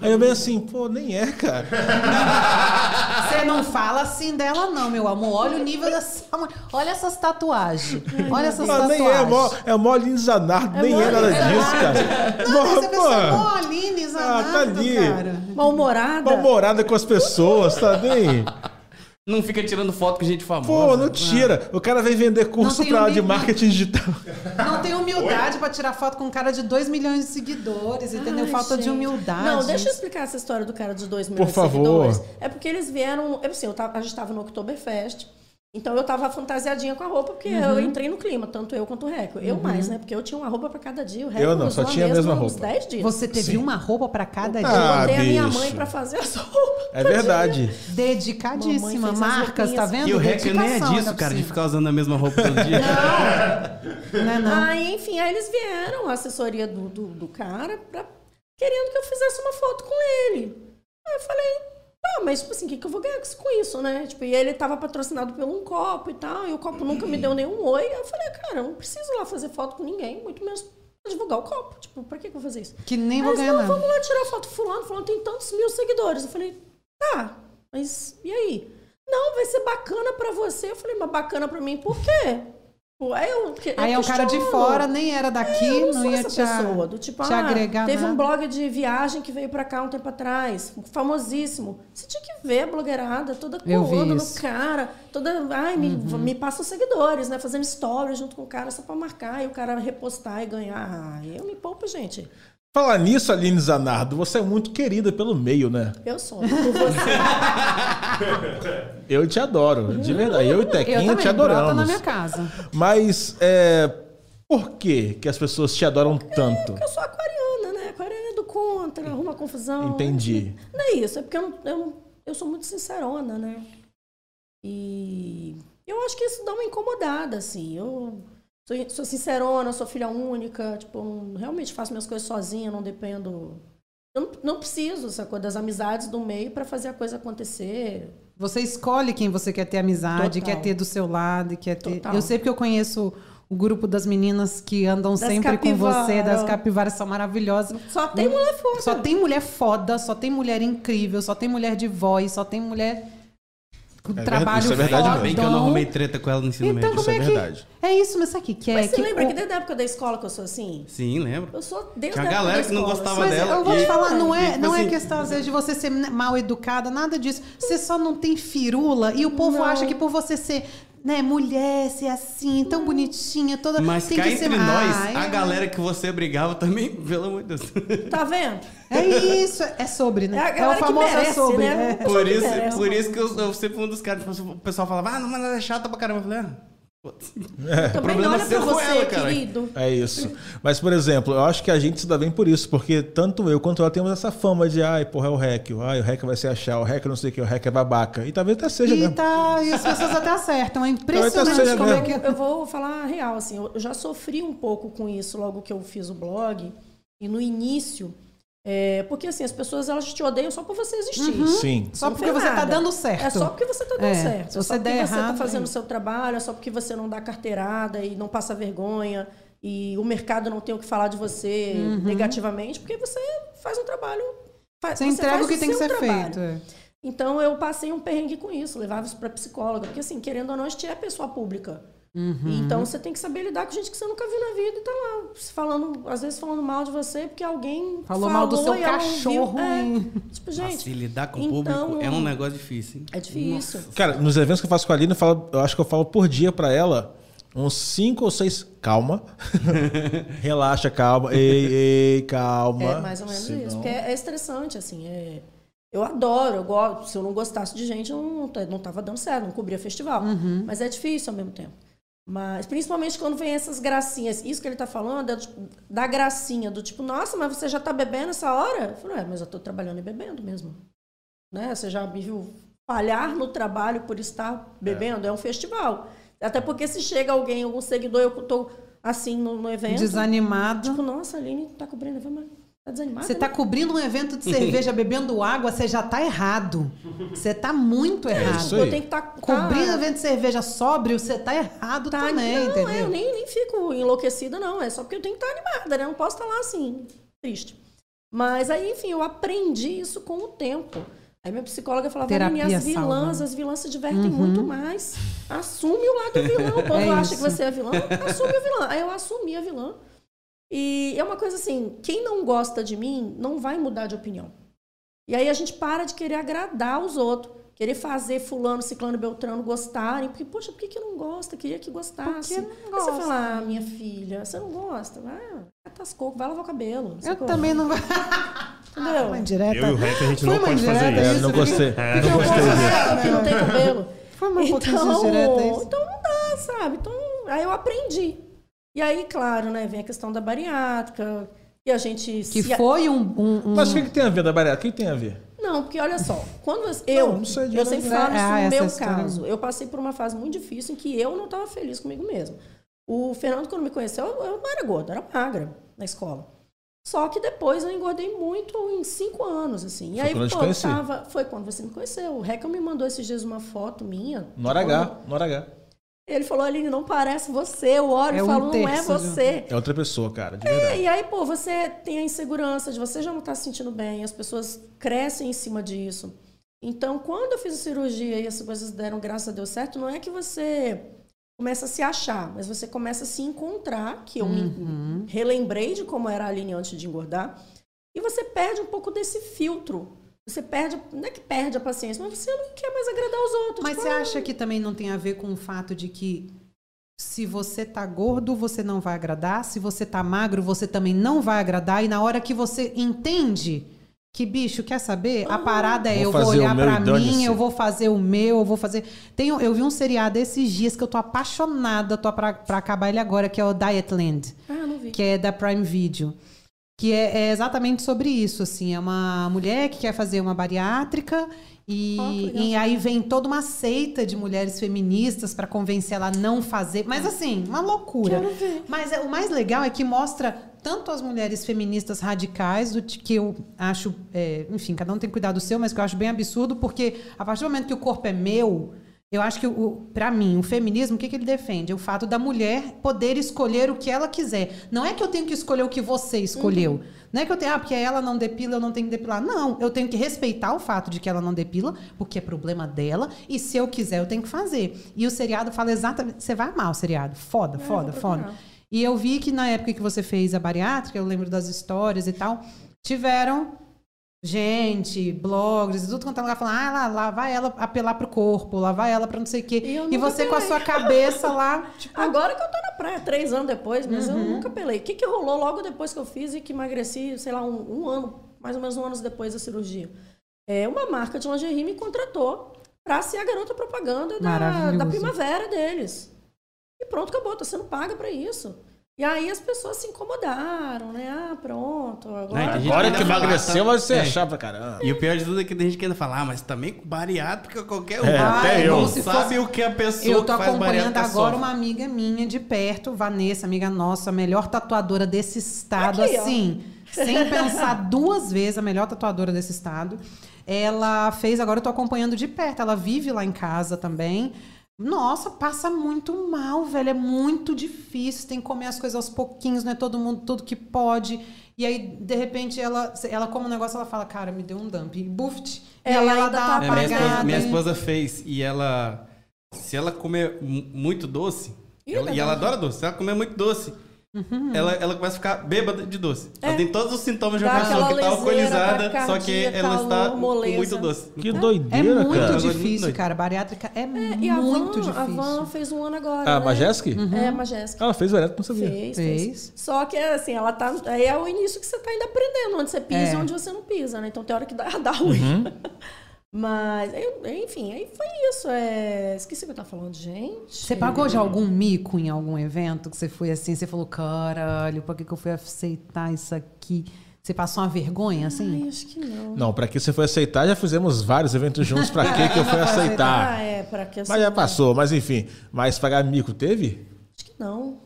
S2: Aí eu venho assim, pô, nem é, cara.
S5: Você não fala assim dela, não, meu amor. Olha o nível dessa. mulher. Olha essas tatuagens. Olha essas
S2: Pô,
S5: tatuagens.
S2: nem é, mó, é mó Aline Zanardo, nem é
S6: mó
S2: nada
S6: Aline
S2: disso, cara. Mó,
S5: Essa pessoa é
S2: pô,
S5: mó Aline Zanardo,
S2: tá ali.
S5: cara.
S6: Mal-humorada.
S2: mó morada com as pessoas, tá bem?
S3: Não fica tirando foto com gente famosa.
S2: Pô, não tira. O cara vem vender curso
S5: tenho
S2: pra, de
S5: um nem-
S2: marketing digital.
S5: Não tem humildade pra tirar foto com um cara de 2 milhões de seguidores, entendeu?
S6: Ai,
S5: Falta de
S6: gente.
S5: humildade.
S6: Não, deixa eu explicar essa história do cara de dois mil
S2: Por favor.
S6: É porque eles vieram. É assim, eu tava- a gente estava no Oktoberfest. Então eu tava fantasiadinha com a roupa, porque
S2: Uhum.
S6: eu entrei no clima, tanto eu quanto o Reco. Eu mais, né? Porque eu tinha uma roupa pra cada dia. O Reco
S2: Eu não,
S6: usou
S2: só tinha a mesma
S6: mesma uns
S2: roupa.
S6: 10 dias.
S5: Você teve uma roupa pra cada
S6: Eu
S2: Ah,
S5: dia.
S6: mandei a minha
S2: bicho.
S6: mãe pra fazer as roupas.
S2: É verdade.
S5: Dedicadíssima.
S6: Mamãe fez as
S5: Marcas, tá
S6: roupinhas.
S5: vendo?
S3: E o hacker nem é
S5: Dedicação, ainda
S3: disso,
S5: por
S3: cara, de
S5: cima.
S3: ficar usando a mesma roupa todo dia.
S5: Não é não.
S6: Aí, enfim, aí eles vieram, a assessoria do, do, do cara, pra- querendo que eu fizesse uma foto com ele. Aí eu falei, tá, mas tipo assim, o que, que eu vou ganhar com isso- com isso, né? Tipo, e ele tava patrocinado por um copo e tal, e o copo nunca me
S5: Uhum.
S6: deu nenhum oi. Aí eu falei, "Ah, cara, eu não preciso lá fazer foto com ninguém, muito menos divulgar o copo. Tipo, pra que, que eu vou fazer isso?
S5: Que nem
S6: Aí
S5: vou
S6: eles,
S5: ganhar
S6: não,
S5: nada.
S6: vamos lá tirar foto fulano, fulano tem tantos mil seguidores. Eu falei, tá, mas e aí? Não, vai ser bacana pra você. Eu falei, mas bacana pra mim, por quê? Pô, Aí, eu, que-
S5: Aí é
S6: eu
S5: um cara de
S6: questiono.
S5: fora, nem era daqui,
S6: Eu não,
S5: não,
S6: sou
S5: ia
S6: essa
S5: te, a-
S6: pessoa. Do tipo,
S5: te
S6: ah,
S5: agregar
S6: teve
S5: nada.
S6: um blog de viagem que veio pra cá um tempo atrás, famosíssimo. Você tinha que ver a blogueirada toda
S5: Eu vi
S6: colando no
S5: isso. Uhum.
S6: cara, toda. Ai, me, me passa os seguidores, né? Fazendo stories junto com o cara só pra marcar e o cara repostar e ganhar. Ai, eu me poupo, gente.
S2: Falar nisso, Aline Zanardo, você é muito querida pelo meio, né?
S6: Eu sou. Por você.
S2: Eu te adoro, de verdade. Eu e
S5: Uhum. Eu
S2: Tequinho
S5: também,
S2: É te
S5: brota na
S2: adoramos.
S5: minha casa.
S2: Mas é, por que, que as pessoas te adoram tanto?
S6: Eu sou aquariana, né? Aquariana é do contra, arruma confusão.
S2: Entendi.
S6: Não é isso, é porque eu, não- eu, não- eu sou muito sincerona, né? E eu acho que isso dá uma incomodada, assim. Eu sou, sou sincerona, sou filha única, tipo, eu não- realmente faço minhas coisas sozinha, não dependo. Eu não, não preciso, sacou, das amizades do meio pra fazer a coisa acontecer.
S5: Você escolhe quem você quer ter amizade,
S6: Total.
S5: quer ter do seu lado, quer ter.
S6: Total.
S5: Eu sei porque eu conheço o grupo das meninas que andam sempre com você, das
S6: capivaras.
S5: capivaras são maravilhosas.
S6: Só
S3: Hum.
S6: tem mulher foda.
S5: Só tem mulher foda, só tem mulher incrível, só tem mulher de voz, só tem mulher com
S2: verdade,
S5: trabalho
S2: isso é verdade
S5: fodão.
S2: mesmo.
S3: Bem Tipo, que eu não arrumei treta com ela no ensino
S5: Então
S3: médio.
S5: como
S2: é
S5: é,
S2: verdade.
S5: que... É isso, mas sabe o que que é?
S6: Mas você
S5: que
S6: lembra
S5: o-
S6: que desde a época da escola que eu sou assim?
S3: Sim, lembro.
S6: Eu sou desde
S3: Tinha
S6: a época
S3: galera
S6: da
S3: que não
S6: escola,
S3: gostava
S6: sou
S5: Mas
S3: dela
S5: eu vou te
S3: e-
S5: falar, não
S3: e,
S5: é,
S3: tipo
S5: não é
S3: assim-
S5: questão, às vezes, de você ser mal educada, nada disso. Você só não tem firula e o povo acha que por você ser né, mulher, ser assim, tão bonitinha, toda.
S3: Mas
S5: tem
S3: cá
S5: que ser
S3: entre nós,
S5: Ah, é-
S3: a galera que você brigava também, pelo amor de Deus.
S6: Tá vendo?
S5: É isso, é sobre, né?
S6: É a
S5: É, o
S6: galera que
S5: famoso é
S6: merece,
S5: sobre.
S6: né?
S5: é.
S3: Por
S6: que
S3: isso,
S6: merece,
S3: por
S6: mano.
S3: isso que eu, eu sempre fui um dos caras, tipo, o pessoal falava, ah, não, mas ela é chata pra caramba. Eu falei, ah, foda-se.
S5: É,
S6: Também
S3: problema
S6: não olha
S3: seu
S6: pra
S3: com
S6: você,
S3: ela, cara.
S6: querido.
S2: É isso. Mas, por exemplo, eu acho que a gente se dá bem por isso, porque tanto eu quanto ela temos essa fama de, ai, porra, é o hack, ai, o hack vai se achar, o hack não sei o que, o hack é babaca. E talvez até seja
S5: E,
S2: mesmo.
S5: tá, e as pessoas até acertam. É
S2: Então, então,
S5: impressionante
S2: seja
S5: como é
S2: mesmo.
S5: que.
S6: Eu vou falar a real, assim, eu eu já sofri um pouco com isso logo que eu fiz o blog. E no início, é, porque assim, as pessoas elas te odeiam só por você existir.
S2: Sim.
S5: Só
S6: Não
S5: porque
S6: fez
S5: você tá
S6: nada.
S5: dando certo.
S6: É só porque você tá dando
S5: É,
S6: certo.
S5: se
S6: é
S5: você
S6: só porque
S5: der
S6: você
S5: errado,
S6: tá fazendo
S5: é.
S6: o seu trabalho, é só porque você não dá carteirada e não passa vergonha. E o mercado não tem o que falar de você negativamente, porque você faz um trabalho. fa-
S5: Uhum. Você entrega
S6: faz
S5: o que tem que
S6: seu
S5: ser
S6: trabalho.
S5: feito. é.
S6: Então eu passei um perrengue com isso, levava isso pra psicóloga, porque assim, querendo ou não, a gente é pessoa pública.
S5: Uhum.
S6: Então você tem que saber lidar com gente que você nunca viu na vida e tá lá, se falando, às vezes falando mal de você, porque alguém
S5: Falou mal do seu
S6: e ela
S5: cachorro,
S6: ouviu. É,
S5: hein?
S6: tipo, gente.
S3: Se lidar com o
S6: então,
S3: público é um negócio difícil, hein?
S6: É difícil.
S2: Cara, nos eventos que eu faço com a Aline, eu, falo- eu acho que eu falo por dia pra ela uns cinco ou seis. Calma. Relaxa, calma. Ei, ei, calma.
S6: É mais ou menos
S2: Se
S6: isso.
S2: não-
S6: Porque é, é estressante, assim. é- Eu adoro, eu gosto. Se eu não gostasse de gente, eu não, t- não tava dando certo, não cobria festival.
S2: Uhum.
S6: Mas é difícil ao mesmo tempo. Mas, principalmente quando vem essas gracinhas. Isso que ele tá falando é do tipo, da gracinha, do tipo, nossa, mas você já tá bebendo essa hora? Eu falo, é, mas eu tô trabalhando e bebendo mesmo. Né? Você já me viu falhar no trabalho por estar bebendo? É, um festival. Até porque se chega alguém, algum seguidor, eu tô assim no, no evento.
S5: Desanimado.
S6: Tipo, nossa, a Aline tá cobrindo, mas tá
S2: Ah,
S6: desanimada.
S5: Você tá
S6: né?
S5: cobrindo um evento de cerveja bebendo água, você já tá errado. Você tá muito
S2: É, isso
S5: errado.
S2: aí.
S6: Eu tenho que tá, tá
S5: Cobrindo um evento de cerveja sóbrio, você tá errado
S6: tá-
S5: também,
S6: não,
S5: entendeu?
S6: eu nem, nem fico enlouquecida, não. É só porque eu tenho que estar animada, né? Eu não posso estar lá assim, triste. Mas aí, enfim, eu aprendi isso com o tempo. Aí minha psicóloga falava,
S5: Terapia
S6: Aline, as vilãs,
S5: salva. né?" Uhum.
S6: as vilãs se divertem muito mais. Assume o lado vilão. O povo
S5: É
S6: acha que
S5: isso.
S6: você é vilão, assume o vilão. Aí eu assumi a vilã. E é uma coisa assim, quem não gosta de mim não vai mudar de opinião. E aí a gente para de querer agradar os outros, querer fazer fulano, ciclano, beltrano gostarem, porque, poxa, por que, que não gosta? Queria que gostasse.
S5: Por que não
S6: Aí você
S5: gosta? né?"
S6: fala, ah, minha filha, você não gosta? Ah, Vai, atascou, vai lavar o cabelo.
S5: Eu
S6: sacou?
S5: também não Ah, gosto.
S6: Entendeu?
S5: Mãe
S6: Mas
S5: direta.
S4: Eu e o rap, a gente
S5: Foi
S4: não
S5: uma
S4: pode fazer
S5: indireta
S4: isso.
S2: É, não
S5: Isso,
S2: gostei.
S5: porque eu
S2: não gostei
S5: posso-
S2: disso.
S6: que não tem cabelo.
S5: Foi uma um pouquinho
S6: Então,
S5: indireta isso.
S6: então não dá, sabe? Então, aí eu aprendi. E aí, claro, né, vem a questão da bariátrica, que a gente
S5: Que
S6: se-
S5: foi um. um, um-
S2: Mas o que, que tem a ver da bariátrica? O que que tem a ver?
S6: Não, porque olha só, quando eu- eu,
S2: não sei de
S6: eu sempre
S5: nada.
S6: falo isso
S5: Ah,
S6: no
S5: essa
S6: meu
S5: história.
S6: caso, eu passei por uma fase muito difícil em que eu não estava feliz comigo mesma. O Fernando, quando me conheceu, eu eu não era gorda, eu era magra na escola. Só que depois eu engordei muito em cinco anos, assim. E
S2: Foi
S6: aí,
S2: quando eu te
S6: pô,
S2: conheci.
S6: tava- foi quando você me conheceu. O Reca me mandou esses dias uma foto minha.
S2: No hora H, no hora H.
S6: Ele falou, Aline, não parece você. Eu olho
S5: É
S6: e
S5: um
S6: falo, não é
S5: terço, viu?"
S6: você.
S2: É outra pessoa, cara, de
S6: É,
S2: verdade.
S6: E aí, pô, você tem a insegurança de você já não estar se sentindo bem, as pessoas crescem em cima disso. Então, quando eu fiz a cirurgia e as coisas deram, graças a Deus, certo, não é que você começa a se achar, mas você começa a se encontrar, que eu
S5: Uhum. um
S6: me relembrei de como era a Aline antes de engordar, e você perde um pouco desse filtro. Você perde, não é que perde a paciência, mas você não quer mais agradar os outros.
S5: Mas
S6: Tipo,
S5: você acha que também não tem a ver com o fato de que se você tá gordo, você não vai agradar, se você tá magro, você também não vai agradar, e na hora que você entende que, bicho, quer saber? A parada é
S2: Vou
S5: eu vou
S2: fazer o
S5: olhar
S2: meu
S5: pra
S2: e dane-se.
S5: mim, eu vou fazer o meu, eu vou fazer. Tem, um- eu vi um seriado esses dias que eu tô apaixonada, tô pra, pra acabar ele agora, que é o Dietland
S6: Ah, não vi.
S5: que é da Prime Video. Que é, é exatamente sobre isso, assim. É uma mulher que quer fazer uma bariátrica e,
S6: Ó, que legal.
S5: e aí vem toda uma seita de mulheres feministas pra convencer ela a não fazer. Mas assim, uma loucura.
S6: Quero ver.
S5: Mas é- o mais legal é que mostra tanto as mulheres feministas radicais, do ti- que eu acho, é, enfim, cada um tem que cuidar do seu, mas que eu acho bem absurdo, porque a partir do momento que o corpo é meu, eu acho que, o- pra mim, o feminismo, o que, que ele defende? É o fato da mulher poder escolher o que ela quiser. Não é que eu tenho que escolher o que você escolheu.
S6: Uhum.
S5: Não é que eu tenho, ah, porque ela não depila, eu não tenho que depilar. Não, eu tenho que respeitar o fato de que ela não depila, porque é problema dela, e se eu quiser, eu tenho que fazer. E o seriado fala exatamente. Você vai amar o seriado. Foda,
S6: É, eu
S5: foda,
S6: vou
S5: foda.
S6: procurar.
S5: E eu vi que na época que você fez a bariátrica, eu lembro das histórias e tal, tiveram gente, blogs, tudo quanto é lugar falando, ah, lá, lá vai ela apelar pro corpo, lá vai ela pra não sei o quê.
S6: E eu
S5: E,
S6: nunca
S5: você com a sua cabeça lá, tipo,
S6: Agora que eu tô na praia, três anos depois, mas eu
S5: Uhum.
S6: nunca pelei. O que, que rolou logo depois que eu fiz e que emagreci, sei lá, um, um ano, mais ou menos um ano depois da cirurgia? É, uma marca de lingerie me contratou pra ser a garota propaganda da,
S5: Maravilhoso.
S6: da primavera deles. E pronto, acabou, tô sendo paga pra isso. E aí as pessoas se incomodaram, né? Ah, pronto,
S3: Né,
S6: agora.
S3: tem gente ainda fala,
S6: né?
S3: tá- é.
S2: pra caramba.
S3: E o pior de tudo é que tem gente que ainda fala, ah, mas também com bariátrica qualquer um.
S5: É, até
S3: Ai,
S5: eu.
S3: Não
S5: Ah, Se
S3: sabe
S5: fosse-
S3: o que a pessoa
S5: eu
S3: que
S5: tô
S3: faz tá
S5: acompanhando
S3: bariátrica
S5: agora
S3: sofre.
S5: uma amiga minha de perto, Vanessa, amiga nossa, a melhor tatuadora desse estado,
S6: Aqui, ó.
S5: assim, sem pensar duas vezes, a melhor tatuadora desse estado. Ela fez, agora eu tô acompanhando de perto, ela vive lá em casa também. Nossa, passa muito mal, velho. É muito difícil. Tem que comer as coisas aos pouquinhos, não é todo mundo tudo que pode. E aí, de repente, ela, ela come um negócio, ela fala, cara, me deu um dump. E buft. E aí
S6: Ela
S5: ela
S6: ainda
S5: dá
S6: tá
S5: uma
S3: É, minha, esposa,
S5: apagada.
S3: minha
S5: e-
S3: esposa fez e ela. Se ela comer mu- muito doce,
S6: Ih,
S3: ela-
S6: tá
S3: e ela
S6: bom.
S3: adora doce, se ela comer muito doce,
S5: Uhum.
S3: ela, ela começa a ficar bêbada de doce. Ela
S6: É.
S3: tem todos os sintomas de
S6: Dá
S3: uma pessoa que tá
S6: aquela leseira,
S3: alcoolizada,
S6: taquicardia,
S3: só que ela está com
S6: moleza.
S3: muito doce.
S2: Que
S5: É
S2: doideira,
S5: muito
S2: cara.
S3: Agora,
S5: difícil,
S3: muito.
S5: cara. Bariátrica é,
S6: E a
S5: muito
S6: Van, a
S5: difícil.
S6: Van fez um ano agora.
S2: Ah,
S6: né?
S2: Majeski?
S6: É, a Majeski.
S2: Ela fez bariátrica, não sabia.
S6: Fez,
S5: Fez.
S6: fez. Só que assim, ela tá. Aí é o início que você tá ainda aprendendo, onde você pisa
S5: É.
S6: e onde você não pisa, né? Então tem hora que dá, dá ruim. Mas, eu- enfim, aí foi isso. É... Esqueci o que eu tava falando, gente.
S5: Você pagou já algum mico em algum evento que você foi assim, você falou, caralho, por que, que eu fui aceitar isso aqui? Você passou uma vergonha, assim?
S6: Ai, acho que não.
S2: Não, pra que você foi aceitar, já fizemos vários eventos juntos. Pra que que eu fui
S6: Ah,
S2: aceitar?
S6: é, pra que eu
S2: tá. Mas já
S6: sei.
S2: passou, mas enfim. Mas pagar mico teve?
S6: Acho que não.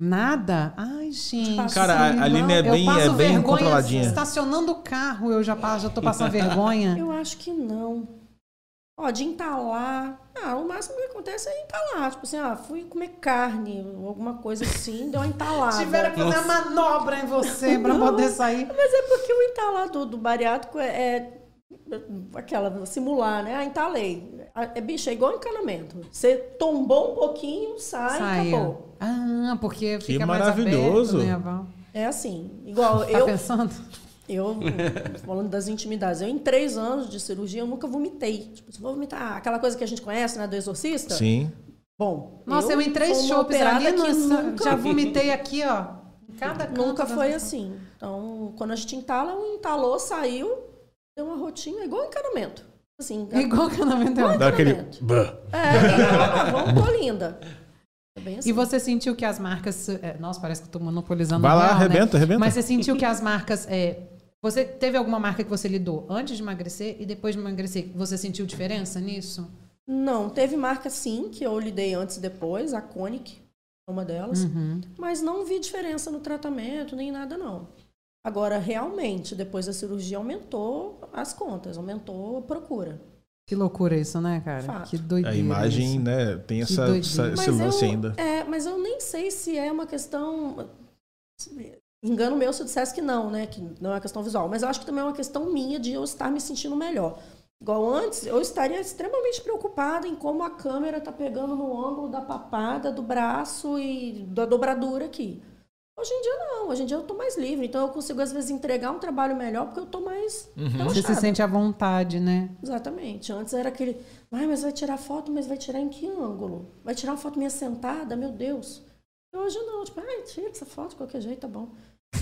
S5: Nada? Ai, gente.
S2: Cara, a- a Aline é bem- é bem controladinha.
S5: Estacionando o carro, eu já passo, já tô passando vergonha.
S6: Eu acho que não. Ó, de entalar. Ah, o máximo que acontece é entalar. Tipo assim, ah, fui comer carne, alguma coisa assim, deu uma entalada.
S5: Tiveram que fazer uma manobra em você pra
S6: Não.
S5: poder sair.
S6: Mas é porque o entalar do, do bariátrico é, é aquela, simular, né? Ah, entalei. Ah, É, bicho, é igual encanamento. Você tombou um pouquinho, sai,
S5: Saiu.
S6: acabou.
S5: Ah, porque
S2: Que
S5: fica
S2: maravilhoso.
S5: mais aberto, né, Val?
S6: É assim. Igual
S5: Tá
S6: eu,
S5: pensando?
S6: eu, falando das intimidades, eu em três anos de cirurgia, eu nunca vomitei. Tipo, se eu vou vomitar, aquela coisa que a gente conhece, né, do exorcista.
S2: Sim.
S6: Bom,
S5: Nossa, eu, em três
S6: fui uma
S5: shows
S6: operada
S5: ali,
S6: que
S5: nossa,
S6: nunca
S5: já vomitei aqui, ó. em Cada canto
S6: Nunca
S5: da
S6: foi
S5: minha-
S6: assim. Então, quando a gente entala, um entalou, saiu, deu uma rotinha, igual encanamento. Assim,
S5: Igual que eu não
S6: Igual
S5: entendo.
S6: que eu
S4: Dá aquele-
S6: não entendo. É, vamos, tô linda. É bem assim.
S5: E você sentiu que as marcas. é, nossa, parece que eu tô monopolizando
S2: Vai
S5: o
S2: lá,
S5: real, né?
S2: arrebenta, arrebenta.
S5: Mas você sentiu que as marcas. é, você teve alguma marca que você lidou antes de emagrecer e depois de emagrecer? Você sentiu diferença nisso?
S6: Não, teve marca sim, que eu lidei antes e depois, a Conic, é uma
S4: Hum.
S6: delas.
S5: Uhum.
S6: Mas não vi diferença no tratamento, nem nada, não. Agora, realmente, depois da cirurgia, aumentou as contas, aumentou a procura.
S5: Que loucura isso, né, cara?
S6: Fato.
S5: Que doideira.
S2: A imagem,
S5: isso.
S2: né, tem essa,
S5: doideira.
S2: essa- esse
S6: eu,
S2: lance ainda.
S6: É, mas eu nem sei se é uma questão. Engano meu se eu dissesse que não, né? Que não é uma questão visual. Mas eu acho que também é uma questão minha de eu estar me sentindo melhor. Igual antes, eu estaria extremamente preocupada em como a câmera tá pegando no ângulo da papada, do braço e da dobradura aqui. Hoje em dia não, hoje em dia eu tô mais livre, então eu consigo às vezes entregar um trabalho melhor porque eu tô mais
S5: Você se
S6: relaxada.
S5: sente à vontade, né?
S6: Exatamente. Antes era aquele, ai, mas vai tirar foto, mas vai tirar em que ângulo? Vai tirar uma foto minha sentada, meu Deus. E Hoje não, tipo, ai, tira essa foto de qualquer jeito, tá bom.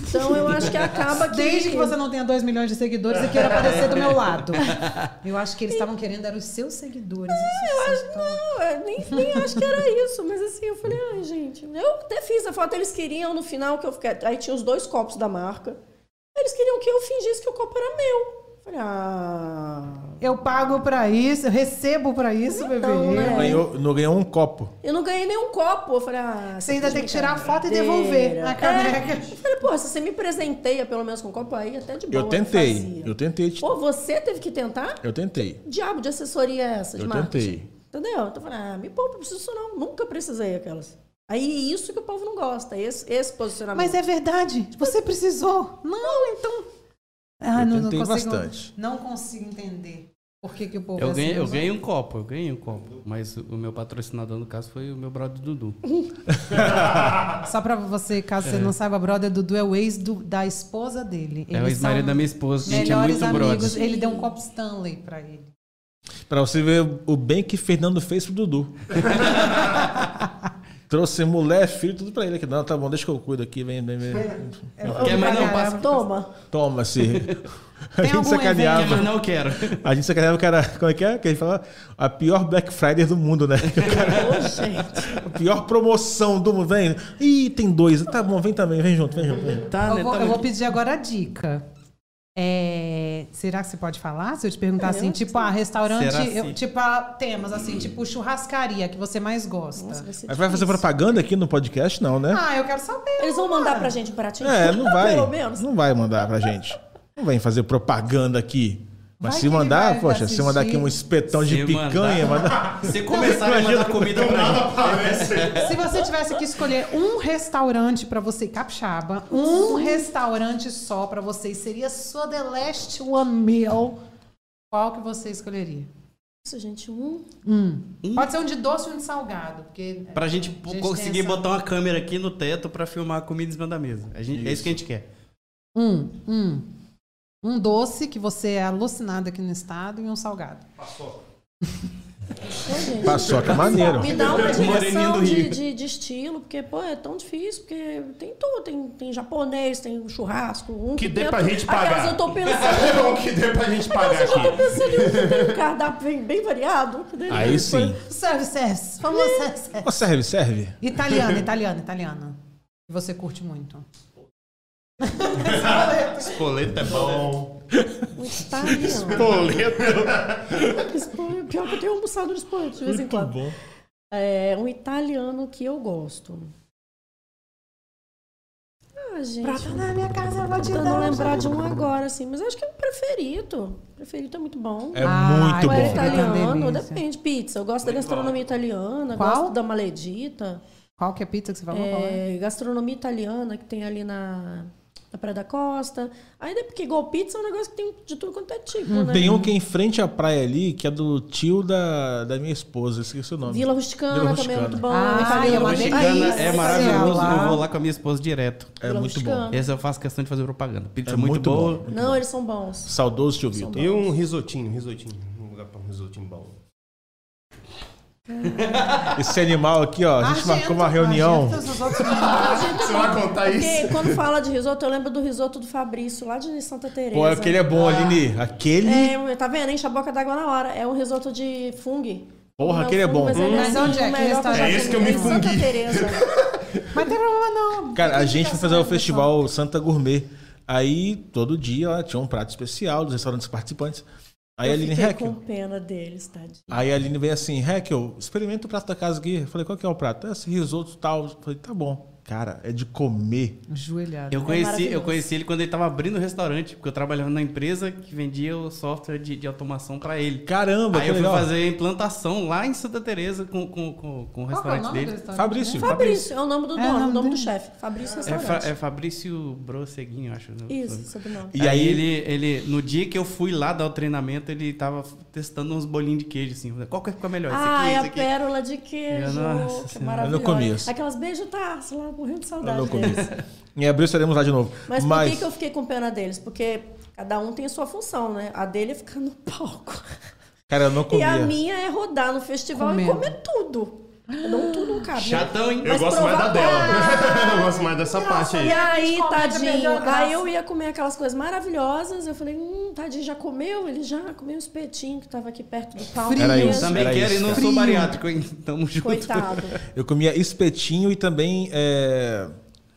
S6: Então eu acho que acaba que.
S5: Desde que você não tenha 2 milhões de seguidores e queira aparecer do meu lado. Eu acho que eles estavam querendo eram os seus seguidores. Isso
S6: É, Eu
S5: sim,
S6: acho,
S5: então.
S6: não, eu nem, nem acho que era isso, mas assim, eu falei, ai, gente. Eu até fiz a foto, eles queriam no final que eu ficasse. Aí tinha os dois copos da marca. Eles queriam que eu fingisse que o copo era meu. Eu Falei, ah.
S5: Eu pago pra isso, eu recebo pra isso, bebê.
S6: né?
S2: Ganhou, não ganhou um copo.
S6: Eu não ganhei nenhum copo. Eu falei, ah.
S5: Você
S6: tá
S5: ainda
S6: de
S5: tem que tirar a foto e devolver
S6: brincadeira. É.
S5: a caneca.
S6: Eu falei, pô, se você me presenteia pelo menos com um copo aí, até de boa. né,
S2: Eu tentei,
S6: fazia.
S2: eu tentei, te-
S6: Pô, você teve que tentar?
S2: eu tentei.
S6: Diabo de assessoria é essa, de
S2: Eu
S6: marketing?
S2: tentei.
S6: Entendeu? Então eu falei, ah, me poupa, não preciso disso não. Nunca precisei aquelas. Aí isso que o povo não gosta, esse, esse posicionamento.
S5: Mas é verdade, você precisou. Não, então. Ah,
S2: Eu
S5: não, não
S2: tentei
S5: consigo.
S2: bastante.
S5: Não consigo entender por que, que o povo é
S3: Eu
S5: assim,
S3: ganhei, eu
S5: não-
S3: ganhei um copo, eu ganhei um copo. Mas o meu patrocinador, no caso, foi o meu brother Dudu.
S5: Só pra você, caso você não saiba, brother Dudu é o ex do- da esposa dele.
S3: é o
S5: Eles
S3: ex-marido
S5: são
S3: da minha esposa, a gente é
S5: Melhores
S3: muito
S5: amigos.
S3: brother.
S5: Ele deu um copo Stanley pra ele.
S2: Pra você ver o bem que Fernando fez pro Dudu. Trouxe mulher, filho, tudo pra ele aqui. Não, tá bom, deixa que eu cuido aqui, vem, vem, vem.
S3: Quer mais não?
S5: Caramba.
S3: Passa-
S6: Toma.
S2: Toma, se. A
S5: algum
S2: gente
S3: Quer
S2: sacaneava.
S3: mais não? Eu quero.
S2: A gente sacaneava que era, como é que é? Que a gente fala, a pior Black Friday do mundo, né?
S6: Ô, gente.
S2: A pior promoção do mundo. Vem. Ih, tem dois. Tá bom, vem também, vem junto, vem junto. Vem. junto.
S3: Tá,
S5: Eu
S3: né?
S5: vou,
S3: Tá
S5: eu vou
S3: bom.
S5: pedir agora a dica. É, será que você pode falar? Se eu te perguntar assim, tipo, ah, restaurante,
S3: Será
S5: eu-
S3: sim?
S5: tipo, ah, temas assim, tipo, churrascaria que você mais gosta.
S6: Nossa, vai ser
S2: Mas vai fazer
S6: difícil.
S2: propaganda aqui no podcast, não, né?
S5: Ah, eu quero saber.
S6: Eles vão mandar pra gente um pratinho.
S2: É, não vai.
S6: Pelo menos.
S2: Não vai mandar pra gente. Não vem fazer propaganda aqui. Mas
S5: Vai
S2: se
S5: que ele
S2: mandar,
S5: vai
S2: poxa, se
S5: assistir.
S2: mandar aqui um espetão de
S3: Se
S2: picanha, mandar.
S3: Se começar a mandar comida pra mim.
S5: Se você tivesse que escolher um restaurante pra você, capixaba, um restaurante só pra vocês, seria sua The Last One Meal, qual que você escolheria?
S6: Isso, gente, um.
S5: Pode ser um de doce e um de salgado, porque
S3: Pra gente, pô,
S5: gente tem
S3: conseguir
S5: essa-
S3: botar uma câmera aqui no teto pra filmar a comida em cima da mesa. A gente- é isso que a gente quer.
S5: Um, um. Um doce que você é alucinado aqui no estado e um salgado.
S6: Ô, gente.
S2: Paçoca, é maneiro.
S6: Me dá uma
S3: Moreninho do
S6: direção de,
S3: Rio.
S6: de, de estilo, porque, pô, é tão difícil, porque tem tudo, tem, tem japonês, tem churrasco, um
S7: Que dê
S6: tem
S7: pra
S6: outro.
S7: gente
S6: Aquelas
S7: pagar.
S6: eu tô pensando...
S7: o É que deu pra gente pagar
S6: Aquelas eu tô
S7: aqui?
S6: pensando em um que tem um cardápio bem, bem variado. um que delícia.
S2: Aí sim.
S5: Serve, serve. Vamos lá, serve, serve.
S2: Ó, serve, serve.
S5: Italiana, italiana, italiana. Que você curte muito.
S7: Espoleto é bom.
S6: Um italiano.
S7: Espoleto.
S6: Espanha, Pior que eu tenho almoçado no espanhol de vez em quando.
S2: bom.
S6: É, um italiano que eu gosto. Ah, gente.
S5: Prata na minha casa, eu vou te
S6: Tentando
S5: dar.
S6: lembrar de um agora, assim. Mas eu acho que é o preferido. Preferido é muito bom.
S2: É
S5: Ah,
S2: muito
S6: Ou
S5: agora
S6: é
S2: bom.
S5: tá-
S6: italiano,
S5: Delícia.
S6: depende. Pizza. Eu gosto da gastronomia italiana,
S5: Qual?
S6: gosto da maledita.
S5: Qual que é a pizza que você falou? Qual é?
S6: É, gastronomia italiana que tem ali na, na Praia da Costa. Ainda porque igual pizza é um negócio que tem de tudo quanto é tipo, né?
S2: Tem um que é em frente à praia ali, que é do tio da, da minha esposa, esqueci o nome.
S6: Vila Rusticana
S2: um Vila
S6: também é
S2: Rusticana.
S6: muito bom.
S5: Ah,
S6: italiano.
S5: é uma delícia.
S3: Mexicana é
S5: Delícia.
S3: maravilhoso.
S5: Lá.
S3: Eu vou lá com a minha esposa direto.
S2: É muito bom.
S6: Rusticana.
S3: Essa eu faço questão de fazer propaganda. Pizza
S2: É
S3: muito,
S2: muito
S3: boa.
S2: bom.
S6: Não, eles são bons.
S2: Saudoso tio Vitor.
S4: E um risotinho, risotinho. Um lugar pra um risotinho bom.
S2: Esse animal aqui, ó. A gente marcou uma reunião.
S6: Você
S7: vai contar isso?
S6: quando fala de risoto, eu lembro do risoto do Fabrício, lá de Santa Teresa.
S2: Pô, aquele é bom, Aline. Aquele.
S6: É, tá vendo? Enche a boca d'água na hora. É um risoto de fungo.
S2: Porra,
S6: Não,
S2: aquele é
S6: fungo,
S2: bom.
S6: Mas, ele
S5: Mas
S6: assim,
S5: onde é
S6: o
S5: que
S6: melhor
S5: restaurante?
S6: eu já
S5: É
S4: esse que eu me
S6: comi. Santa
S4: fungui.
S6: Teresa.
S5: Mas tem problema,
S6: é
S5: não.
S2: Cara, a gente foi fazer o
S5: Engraçado,
S2: festival Santa Gourmet. Aí, todo dia, ó, tinha um prato especial dos restaurantes participantes. Aí a
S6: Eu
S2: Aline
S6: fiquei
S2: Heckel.
S6: com pena deles, tadinho.
S2: Aí a Aline veio assim, Heckel, experimenta o prato da casa aqui. Eu falei, qual que é o prato? "É Esse risoto tal. Eu falei, tá bom. Cara, é de comer.
S5: Joelhada.
S3: Eu conheci, eu
S6: maravilhoso.
S3: conheci ele quando ele tava abrindo o restaurante, porque eu trabalhava na empresa que vendia o software de, de automação pra ele.
S2: Caramba,
S3: Aí
S2: que
S3: eu fui
S2: legal.
S3: fazer a implantação lá em Santa Teresa com, com, com, com o
S5: Qual que é o
S3: restaurante
S5: nome do
S3: dele.
S5: restaurante?
S2: Fabrício.
S6: Fabrício, é o nome do
S5: É,
S6: dono, o
S5: nome
S6: nome, do
S5: dele.
S6: chefe. Fabrício
S3: É, Fa-
S6: Restaurante.
S3: é Fabrício Broseguinho, eu acho. né?
S6: Isso, sobrenome.
S2: E
S3: aí,
S2: aí-
S3: ele, ele, no dia que eu fui lá dar o treinamento, ele tava testando uns bolinhos de queijo, assim. Qual que fica melhor? Esse
S6: Ah,
S3: aqui,
S6: é
S3: esse
S6: a
S3: aqui.
S6: pérola de queijo.
S3: Nossa
S6: que
S3: Senhora.
S2: Eu não comi
S6: maravilhosa.
S2: isso.
S6: Aquelas beijo tarso lá, morrendo de
S2: Eu
S6: saudade
S2: não comi.
S6: deles.
S2: Em abril estaremos lá de novo.
S6: Mas por que, que eu fiquei com pena deles? Porque cada um tem a sua função, né? A dele é ficar no palco.
S2: Cara, eu não
S6: E a
S2: comia.
S6: minha é rodar no festival
S5: Comendo.
S6: e comer tudo. Eu dou um tudo no cabelo.
S3: Chatão, hein?
S6: Mas
S4: Eu gosto mais da
S6: provar- é
S4: dela. Eu gosto mais dessa parte aí.
S6: E aí,
S5: Comida perdeu a
S6: tadinho,
S5: graça.
S6: aí eu ia comer aquelas coisas maravilhosas. Eu falei, hum, tadinho, já comeu? Ele já comeu um espetinho que tava aqui perto do palco.
S5: Frio. Era
S3: Eu
S5: isso,
S3: também
S2: era
S3: quero
S2: isso,
S3: e não
S2: cara.
S3: sou bariátrico, hein? Tamo junto.
S6: Coitado.
S2: Eu comia espetinho e também. É...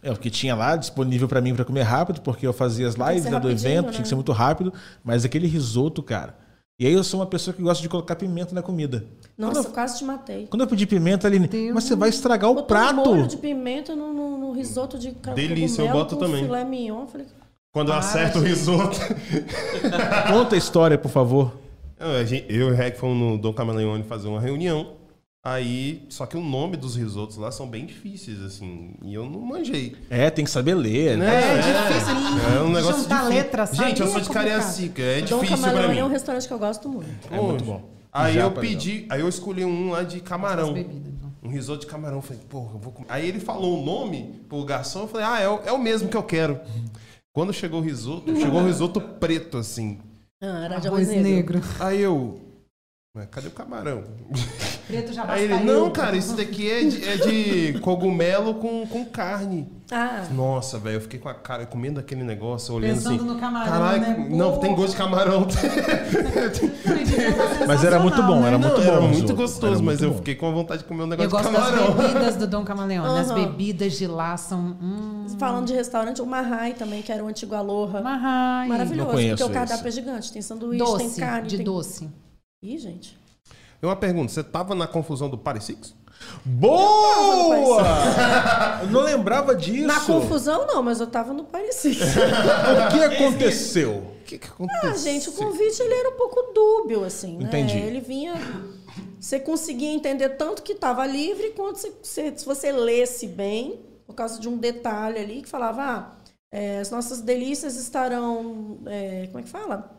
S2: é, o que tinha lá disponível pra mim pra comer rápido, porque eu fazia as lives
S6: ser
S2: né, do
S6: rapidinho,
S2: evento,
S6: né?
S2: tinha que ser muito rápido, mas aquele risoto, cara. E aí eu sou uma pessoa que gosta de colocar pimenta na comida.
S6: Nossa, eu
S2: Quando eu,
S6: quase te matei.
S2: quando eu pedi pimenta, Aline,
S5: Deus.
S2: mas você vai estragar o
S6: Botou um molho
S2: prato.
S6: de pimenta no, no- no risoto de ca-
S4: Delícia, eu
S6: cogumelo
S4: boto
S6: com
S4: também.
S6: filé mignon. Eu falei,
S4: Quando eu acerto o risoto.
S2: Conta a história, por favor.
S4: Eu, a gente- eu e o Reg fomos no Dom Camaleone fazer uma reunião. Aí, só que o nome dos risotos lá são bem difíceis, assim. E eu não manjei.
S2: É, tem que saber ler, né?
S4: Né?
S5: É difícil né?
S4: É um negócio
S5: juntar
S4: difícil.
S5: letra, sabe?
S4: Gente, eu sou
S5: É
S4: de
S5: complicado.
S4: Cariacica. É
S6: Dom
S4: difícil pra
S6: Camaleão
S4: mim.
S6: é um restaurante que eu gosto muito.
S2: É muito bom.
S4: Aí
S2: Já,
S4: eu
S5: tá
S2: por
S4: pedi, aí eu escolhi um lá de camarão.
S5: Bebida, então.
S4: Um risoto de camarão. Eu Falei, porra, eu vou comer. Aí ele falou o nome pro garçom. Eu falei, ah, é o, é o mesmo que eu quero. Quando chegou o risoto, chegou o risoto preto, assim.
S6: Ah, era de
S5: Arroz negro.
S4: Aí eu. "Ué, Cadê o camarão?
S5: Preto já
S4: Aí ele, não, cara, isso daqui é de, é de cogumelo com, com carne.
S6: Ah,
S4: Nossa, velho, eu fiquei com a cara comendo aquele negócio, olhando
S5: Pensando
S4: assim.
S5: no camarão,
S4: "Caralho,
S5: né?
S4: Não, tem gosto de camarão.
S2: Mas era muito bom, era
S4: Não,
S5: né?
S2: muito
S4: era
S2: bom. o
S4: muito
S2: risoto.
S4: gostoso,
S2: Era
S4: mas
S2: muito
S4: eu
S2: bom.
S4: fiquei com a vontade de comer um
S5: Eu
S4: negócio de
S5: gosto das
S4: camarão.
S5: bebidas do Dom Camaleão. né? As
S6: Aham.
S5: bebidas de lá são. Hum,
S6: falando de restaurante, o Mahai também, que era o antigo Aloha.
S5: marrai.
S6: Maravilhoso,
S2: Não conheço
S6: porque o
S2: esse.
S6: cardápio é gigante. Tem sanduíche, tem
S5: Doce,
S6: carne.
S5: de
S6: tem...
S5: doce.
S6: Ih, gente.
S4: E uma pergunta, você tava na confusão do Paris Six?
S2: Boa! Eu não lembrava disso.
S6: Na confusão, não, mas eu tava no parecido.
S2: O que aconteceu?
S4: O que, que
S6: ah,
S4: aconteceu?
S6: gente, o convite ele era um pouco dúbio, assim, né?
S2: Entendi.
S6: Ele vinha. Você conseguia entender tanto que estava livre, quanto se, se, se você lesse bem, por causa de um detalhe ali, que falava: ah, é, as nossas delícias estarão. é, como é que fala?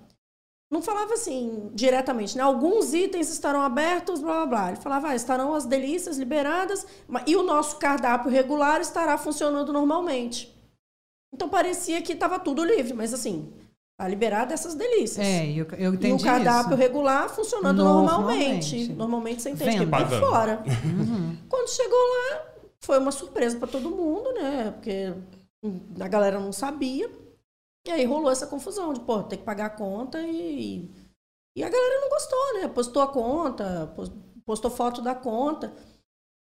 S6: Não falava assim diretamente, né? Alguns itens estarão abertos, blá blá blá. Ele falava, ah, estarão as delícias liberadas ma- e o nosso cardápio regular estará funcionando normalmente. Então parecia que estava tudo livre, mas assim, tá liberada essas delícias.
S5: É, eu, eu
S6: E o
S5: entendi.
S6: cardápio
S5: isso.
S6: regular funcionando
S5: Normalmente.
S6: normalmente. Normalmente, você entende
S5: Venda.
S6: que é por
S4: Pagando.
S6: fora. Quando chegou lá, foi uma surpresa para todo mundo, né? Porque a galera não sabia. E aí rolou essa confusão de, pô, tem que pagar a conta e. E a galera não gostou, né? Postou a conta, pos- postou foto da conta.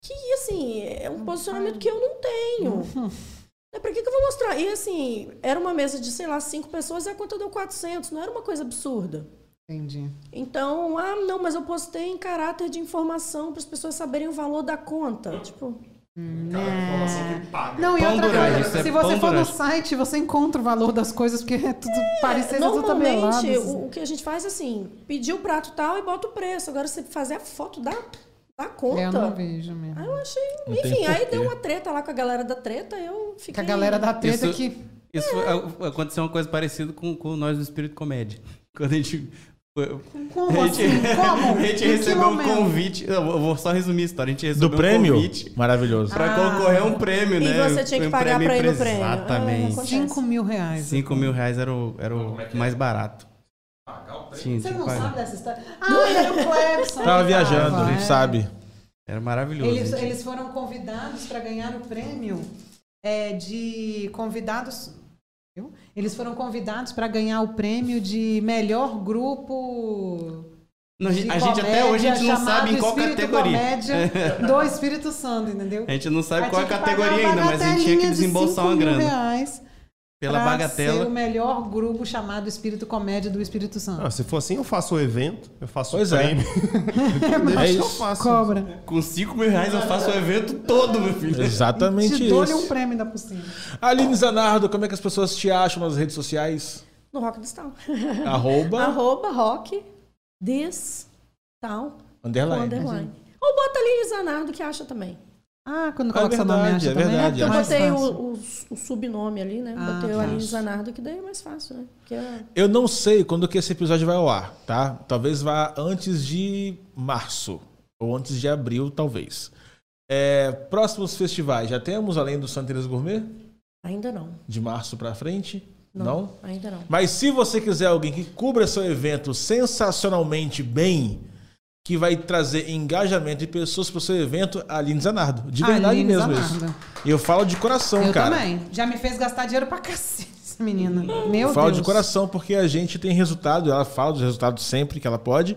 S6: Que, assim, é um posicionamento que eu não tenho. É, pra que, que eu vou mostrar? E, assim, era uma mesa de, sei lá, cinco pessoas e a conta deu 400. Não era uma coisa absurda.
S5: Entendi.
S6: Então, ah, não, mas eu postei em caráter de informação para as pessoas saberem o valor da conta. Tipo,
S5: Né. Não, e
S3: assim Pão
S5: outra
S3: Dourado,
S5: coisa,
S3: isso é
S5: se
S3: pão
S5: você for no
S3: Dourado.
S5: site, você encontra o valor das coisas, porque é tudo parecido, é tudo tabelado.
S6: normalmente, o, o que a gente faz é assim, pedir o prato tal e bota o preço. Agora, você fazer a foto da, da conta...
S5: É, eu não vejo mesmo.
S6: Aí eu achei...
S2: Não tem
S6: enfim, aí
S2: porquê.
S6: deu uma treta lá com a galera da treta, eu fiquei...
S5: Que a galera da treta
S3: Isso-
S5: que
S3: Isso foi- é, aconteceu uma coisa parecida com, com nós do Espírito Comédia. Quando a gente. foi-
S5: Como
S3: a gente,
S5: assim? Como?
S3: A
S5: Em
S3: gente
S5: que
S3: recebeu um
S5: momento?
S3: convite. Eu vou eu vou só resumir a história. A gente recebeu
S2: Do prêmio?
S3: um convite
S2: Maravilhoso.
S3: pra
S5: Ah.
S3: concorrer a um prêmio,
S6: E
S3: né?
S6: você tinha que
S3: Um
S6: pagar pra ir no
S3: empresa-
S6: prêmio.
S3: Exatamente.
S6: Ah,
S5: 5 mil reais.
S3: 5 mil reais era o, era o
S5: é
S3: mais barato. Tinha,
S5: Você
S3: tinha que
S5: não
S3: pagar.
S5: sabe dessa história? Ah, era o Clebson.
S2: Tava viajando,
S5: Tava, é.
S2: sabe?
S3: Era maravilhoso.
S5: Eles,
S3: gente.
S5: eles foram convidados para ganhar o prêmio é, de convidados. viu? Eles foram convidados para ganhar o prêmio de melhor grupo.
S3: Não, a gente-
S5: de
S3: a gente até hoje a gente não
S5: chamado
S3: sabe em qual
S5: Espírito
S3: categoria.
S5: Comédia do Espírito Santo, entendeu?
S3: A gente não sabe
S5: Aí
S3: qual é a
S5: tinha que pagar
S3: categoria ainda, mas a gente tinha
S5: bagatelinha
S3: que
S5: de
S3: desembolsar uma
S5: 5 mil
S3: grana.
S5: Reais
S3: Pela
S5: pra
S3: bagatela.
S5: Ser o melhor grupo chamado Espírito Comédia do Espírito Santo.
S4: Ah, se for assim, eu faço o evento, eu faço
S2: Pois
S4: o
S2: é.
S4: prêmio.
S5: Mas
S4: eu faço.
S5: Cobra.
S3: Com 5 mil reais eu faço o evento todo, meu filho.
S2: Exatamente
S5: Te dou-lhe um
S2: isso.
S5: prêmio da possível.
S2: Aline Zanardo, como é que as pessoas te acham nas redes sociais?
S6: No Rock do Stall.
S2: Arroba,
S6: Arroba Rock This Tal
S2: underline.
S6: Underline. Ou bota ali Zanardo que acha também.
S5: Ah, quando
S2: É
S5: coloca seu nome,
S2: verdade,
S5: acha
S2: é
S5: também.
S2: verdade,
S5: é
S6: Eu
S5: mais
S6: botei
S5: fácil.
S6: o, o, o subnome ali, né?
S5: Ah,
S6: botei o
S5: tá.
S6: Aline Zanardo, que daí é mais fácil, né? Porque é-
S2: Eu não sei quando que esse episódio vai ao ar, tá? Talvez vá antes de março. Ou antes de abril, talvez. É, próximos festivais, já temos, além do Santeres Gourmet,
S6: ainda não.
S2: de março pra frente? Não.
S6: Ainda não.
S2: Mas se você quiser alguém que cubra seu evento sensacionalmente bem, que vai trazer engajamento de pessoas pro seu evento, Aline Zanardo. De verdade
S5: Aline
S2: mesmo
S5: Zanardo.
S2: isso. E eu falo de coração,
S5: Eu
S2: cara.
S5: também. Já me fez gastar dinheiro pra cacete, essa menina. Meu
S2: falo
S5: Deus.
S2: de coração porque a gente tem resultado, ela fala dos resultados sempre que ela pode.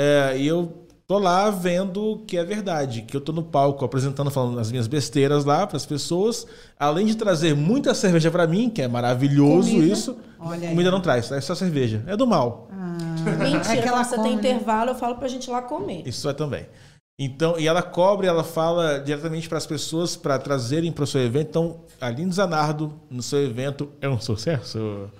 S2: é, e eu tô lá vendo que é verdade, que eu tô no palco apresentando, falando as minhas besteiras lá pras pessoas, além de trazer muita cerveja pra mim, que é maravilhoso
S5: Comida.
S2: isso.
S5: Olha aí.
S2: Comida não traz, é só cerveja. É do mal.
S5: Ah,
S6: Mentira,
S5: é que ela
S6: quando você
S5: come,
S6: tem
S5: né?
S6: intervalo, eu falo pra gente ir lá comer.
S2: Isso é também. Então, e ela cobre, ela fala diretamente pras pessoas pra trazerem pro seu evento. Então, Aline Zanardo no seu evento é um sucesso.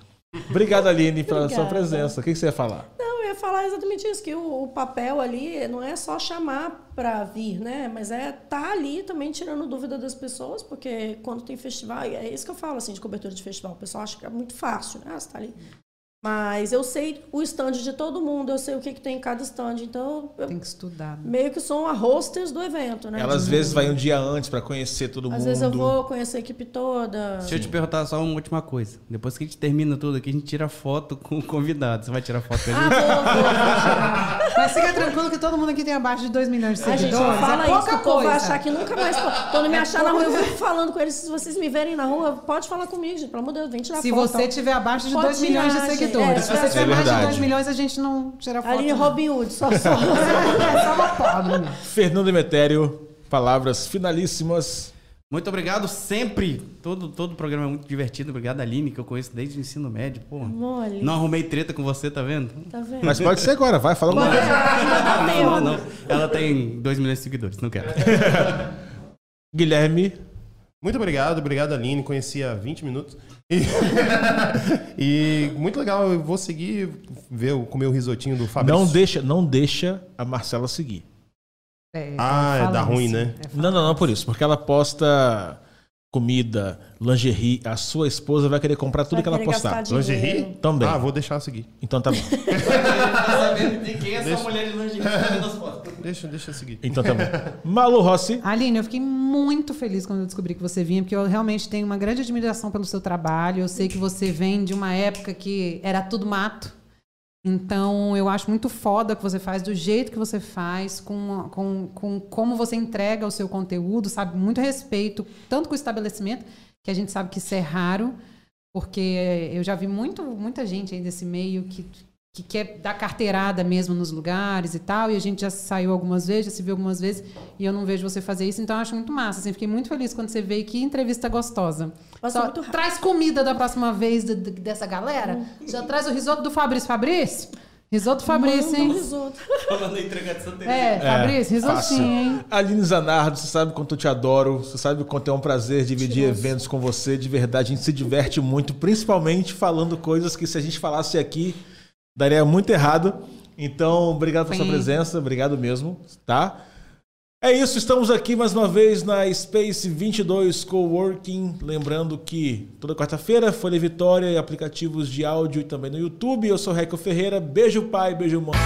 S2: Obrigado, Aline, pela sua
S6: Obrigada.
S2: presença. O que que você ia falar?
S6: Não, eu ia falar exatamente isso, que o, o papel ali não é só chamar para vir, né? Mas é tá ali também tirando dúvida das pessoas, porque quando tem festival, e é isso que eu falo, assim, de cobertura de festival, o pessoal acha que é muito fácil, né? Ah, você tá ali. Mas eu sei o stand de todo mundo, eu sei o que, que tem em cada stand, então eu
S5: Tem que estudar. né?
S6: meio que sou a hostess do evento, né?
S2: Ela às vezes vai um dia antes pra conhecer todo mundo.
S6: Às vezes eu vou conhecer a equipe toda.
S3: Deixa eu te perguntar só uma última coisa. Depois que a gente termina tudo aqui, a gente tira foto com o convidado. Você vai tirar foto com ele?
S6: Ah, vou, vou, vou.
S5: Mas fica tranquilo que todo mundo aqui tem abaixo de 2 milhões de
S6: A gente
S5: seguidores.
S6: não fala
S5: é
S6: isso,
S5: pouca
S6: que o povo
S5: coisa. É
S6: vai achar que nunca mais. po- Quando me achar na rua, eu fico falando com eles. Se vocês me verem na rua, pode falar comigo, gente. Pelo amor de Deus, vem tirar
S5: Se
S6: foto.
S5: você tiver abaixo de
S6: Pode
S5: 2 milhões de
S6: tirar, gente.
S5: seguidores.
S6: É,
S5: Se você
S6: é
S5: tiver mais de
S2: verdade.
S5: 2 milhões, a gente não tira foto. né?
S6: Ali,
S5: não.
S6: Robin Hood, só, só.
S5: É só uma pobre.
S2: Fernando Emetério, palavras finalíssimas.
S3: Muito obrigado sempre. Todo, todo o programa é muito divertido. Obrigado, Aline, que eu conheço desde o ensino médio. Pô,
S6: Mole.
S3: não arrumei treta com você, tá vendo?
S6: Tá vendo?
S2: Mas pode ser agora, vai, fala alguma
S6: Pode,
S2: coisa.
S6: ainda dá tempo.
S3: Não, não. Ela tem 2 milhões de seguidores, não quero.
S2: Guilherme,
S4: Muito obrigado, obrigado Aline, conheci há 20 minutos. E, e muito legal, eu vou seguir, ver, o- comer o risotinho do Fabrício.
S2: não deixa, não deixa a Marcela seguir.
S4: Ah, é
S5: fala
S4: dá ruim,
S5: isso.
S4: né?
S5: É, fala.
S2: Não, não, não por isso, porque ela posta comida, lingerie, a sua esposa vai querer comprar tudo
S6: Vai
S2: que ela
S6: querer
S2: postar.
S6: gastar dinheiro.
S4: Lingerie?
S2: Também.
S4: Ah, vou deixar seguir.
S2: Então tá bom.
S3: De quem é essa mulher de longe?
S4: Deixa, deixa seguir.
S2: Então tá bom. Malu Rossi,
S5: Aline, eu fiquei muito feliz quando eu descobri que você vinha, porque eu realmente tenho uma grande admiração pelo seu trabalho. Eu sei que você vem de uma época que era tudo mato. Então, eu acho muito foda o que você faz, do jeito que você faz, com, com, com como você entrega o seu conteúdo, sabe? Muito respeito, tanto com o estabelecimento, que a gente sabe que isso é raro, porque eh, eu já vi muito, muita gente aí desse meio que, que quer dar carteirada mesmo nos lugares e tal, e a gente já saiu algumas vezes, já se viu algumas vezes, e eu não vejo você fazer isso, então eu acho muito massa. Assim, fiquei muito feliz quando você veio, que entrevista gostosa.
S6: Passou
S5: Só
S6: muito rápido.
S5: Traz comida da próxima vez de- de- dessa galera. Já traz o risoto do Fabrício. Fabrício? Risoto do Fabrício,
S6: Manda um
S5: hein?
S6: risoto.
S3: Falando entregar de Santa Teresa.
S5: É, Fabrício,
S2: fácil.
S5: risotinho, hein?
S2: Aline Zanardo, você sabe o quanto eu te adoro, você sabe o quanto é um prazer dividir eventos com você, de verdade, a gente se diverte muito, principalmente falando coisas que se a gente falasse aqui, daria muito errado. Então, obrigado pela sua
S5: Sim.
S2: presença, obrigado mesmo, tá? É isso, estamos aqui mais uma vez na Space 22 Coworking. Lembrando que toda quarta-feira, Folha Vitória, aplicativos de áudio e também no YouTube. Eu sou Reco Ferreira. Beijo, pai, beijo, mãe.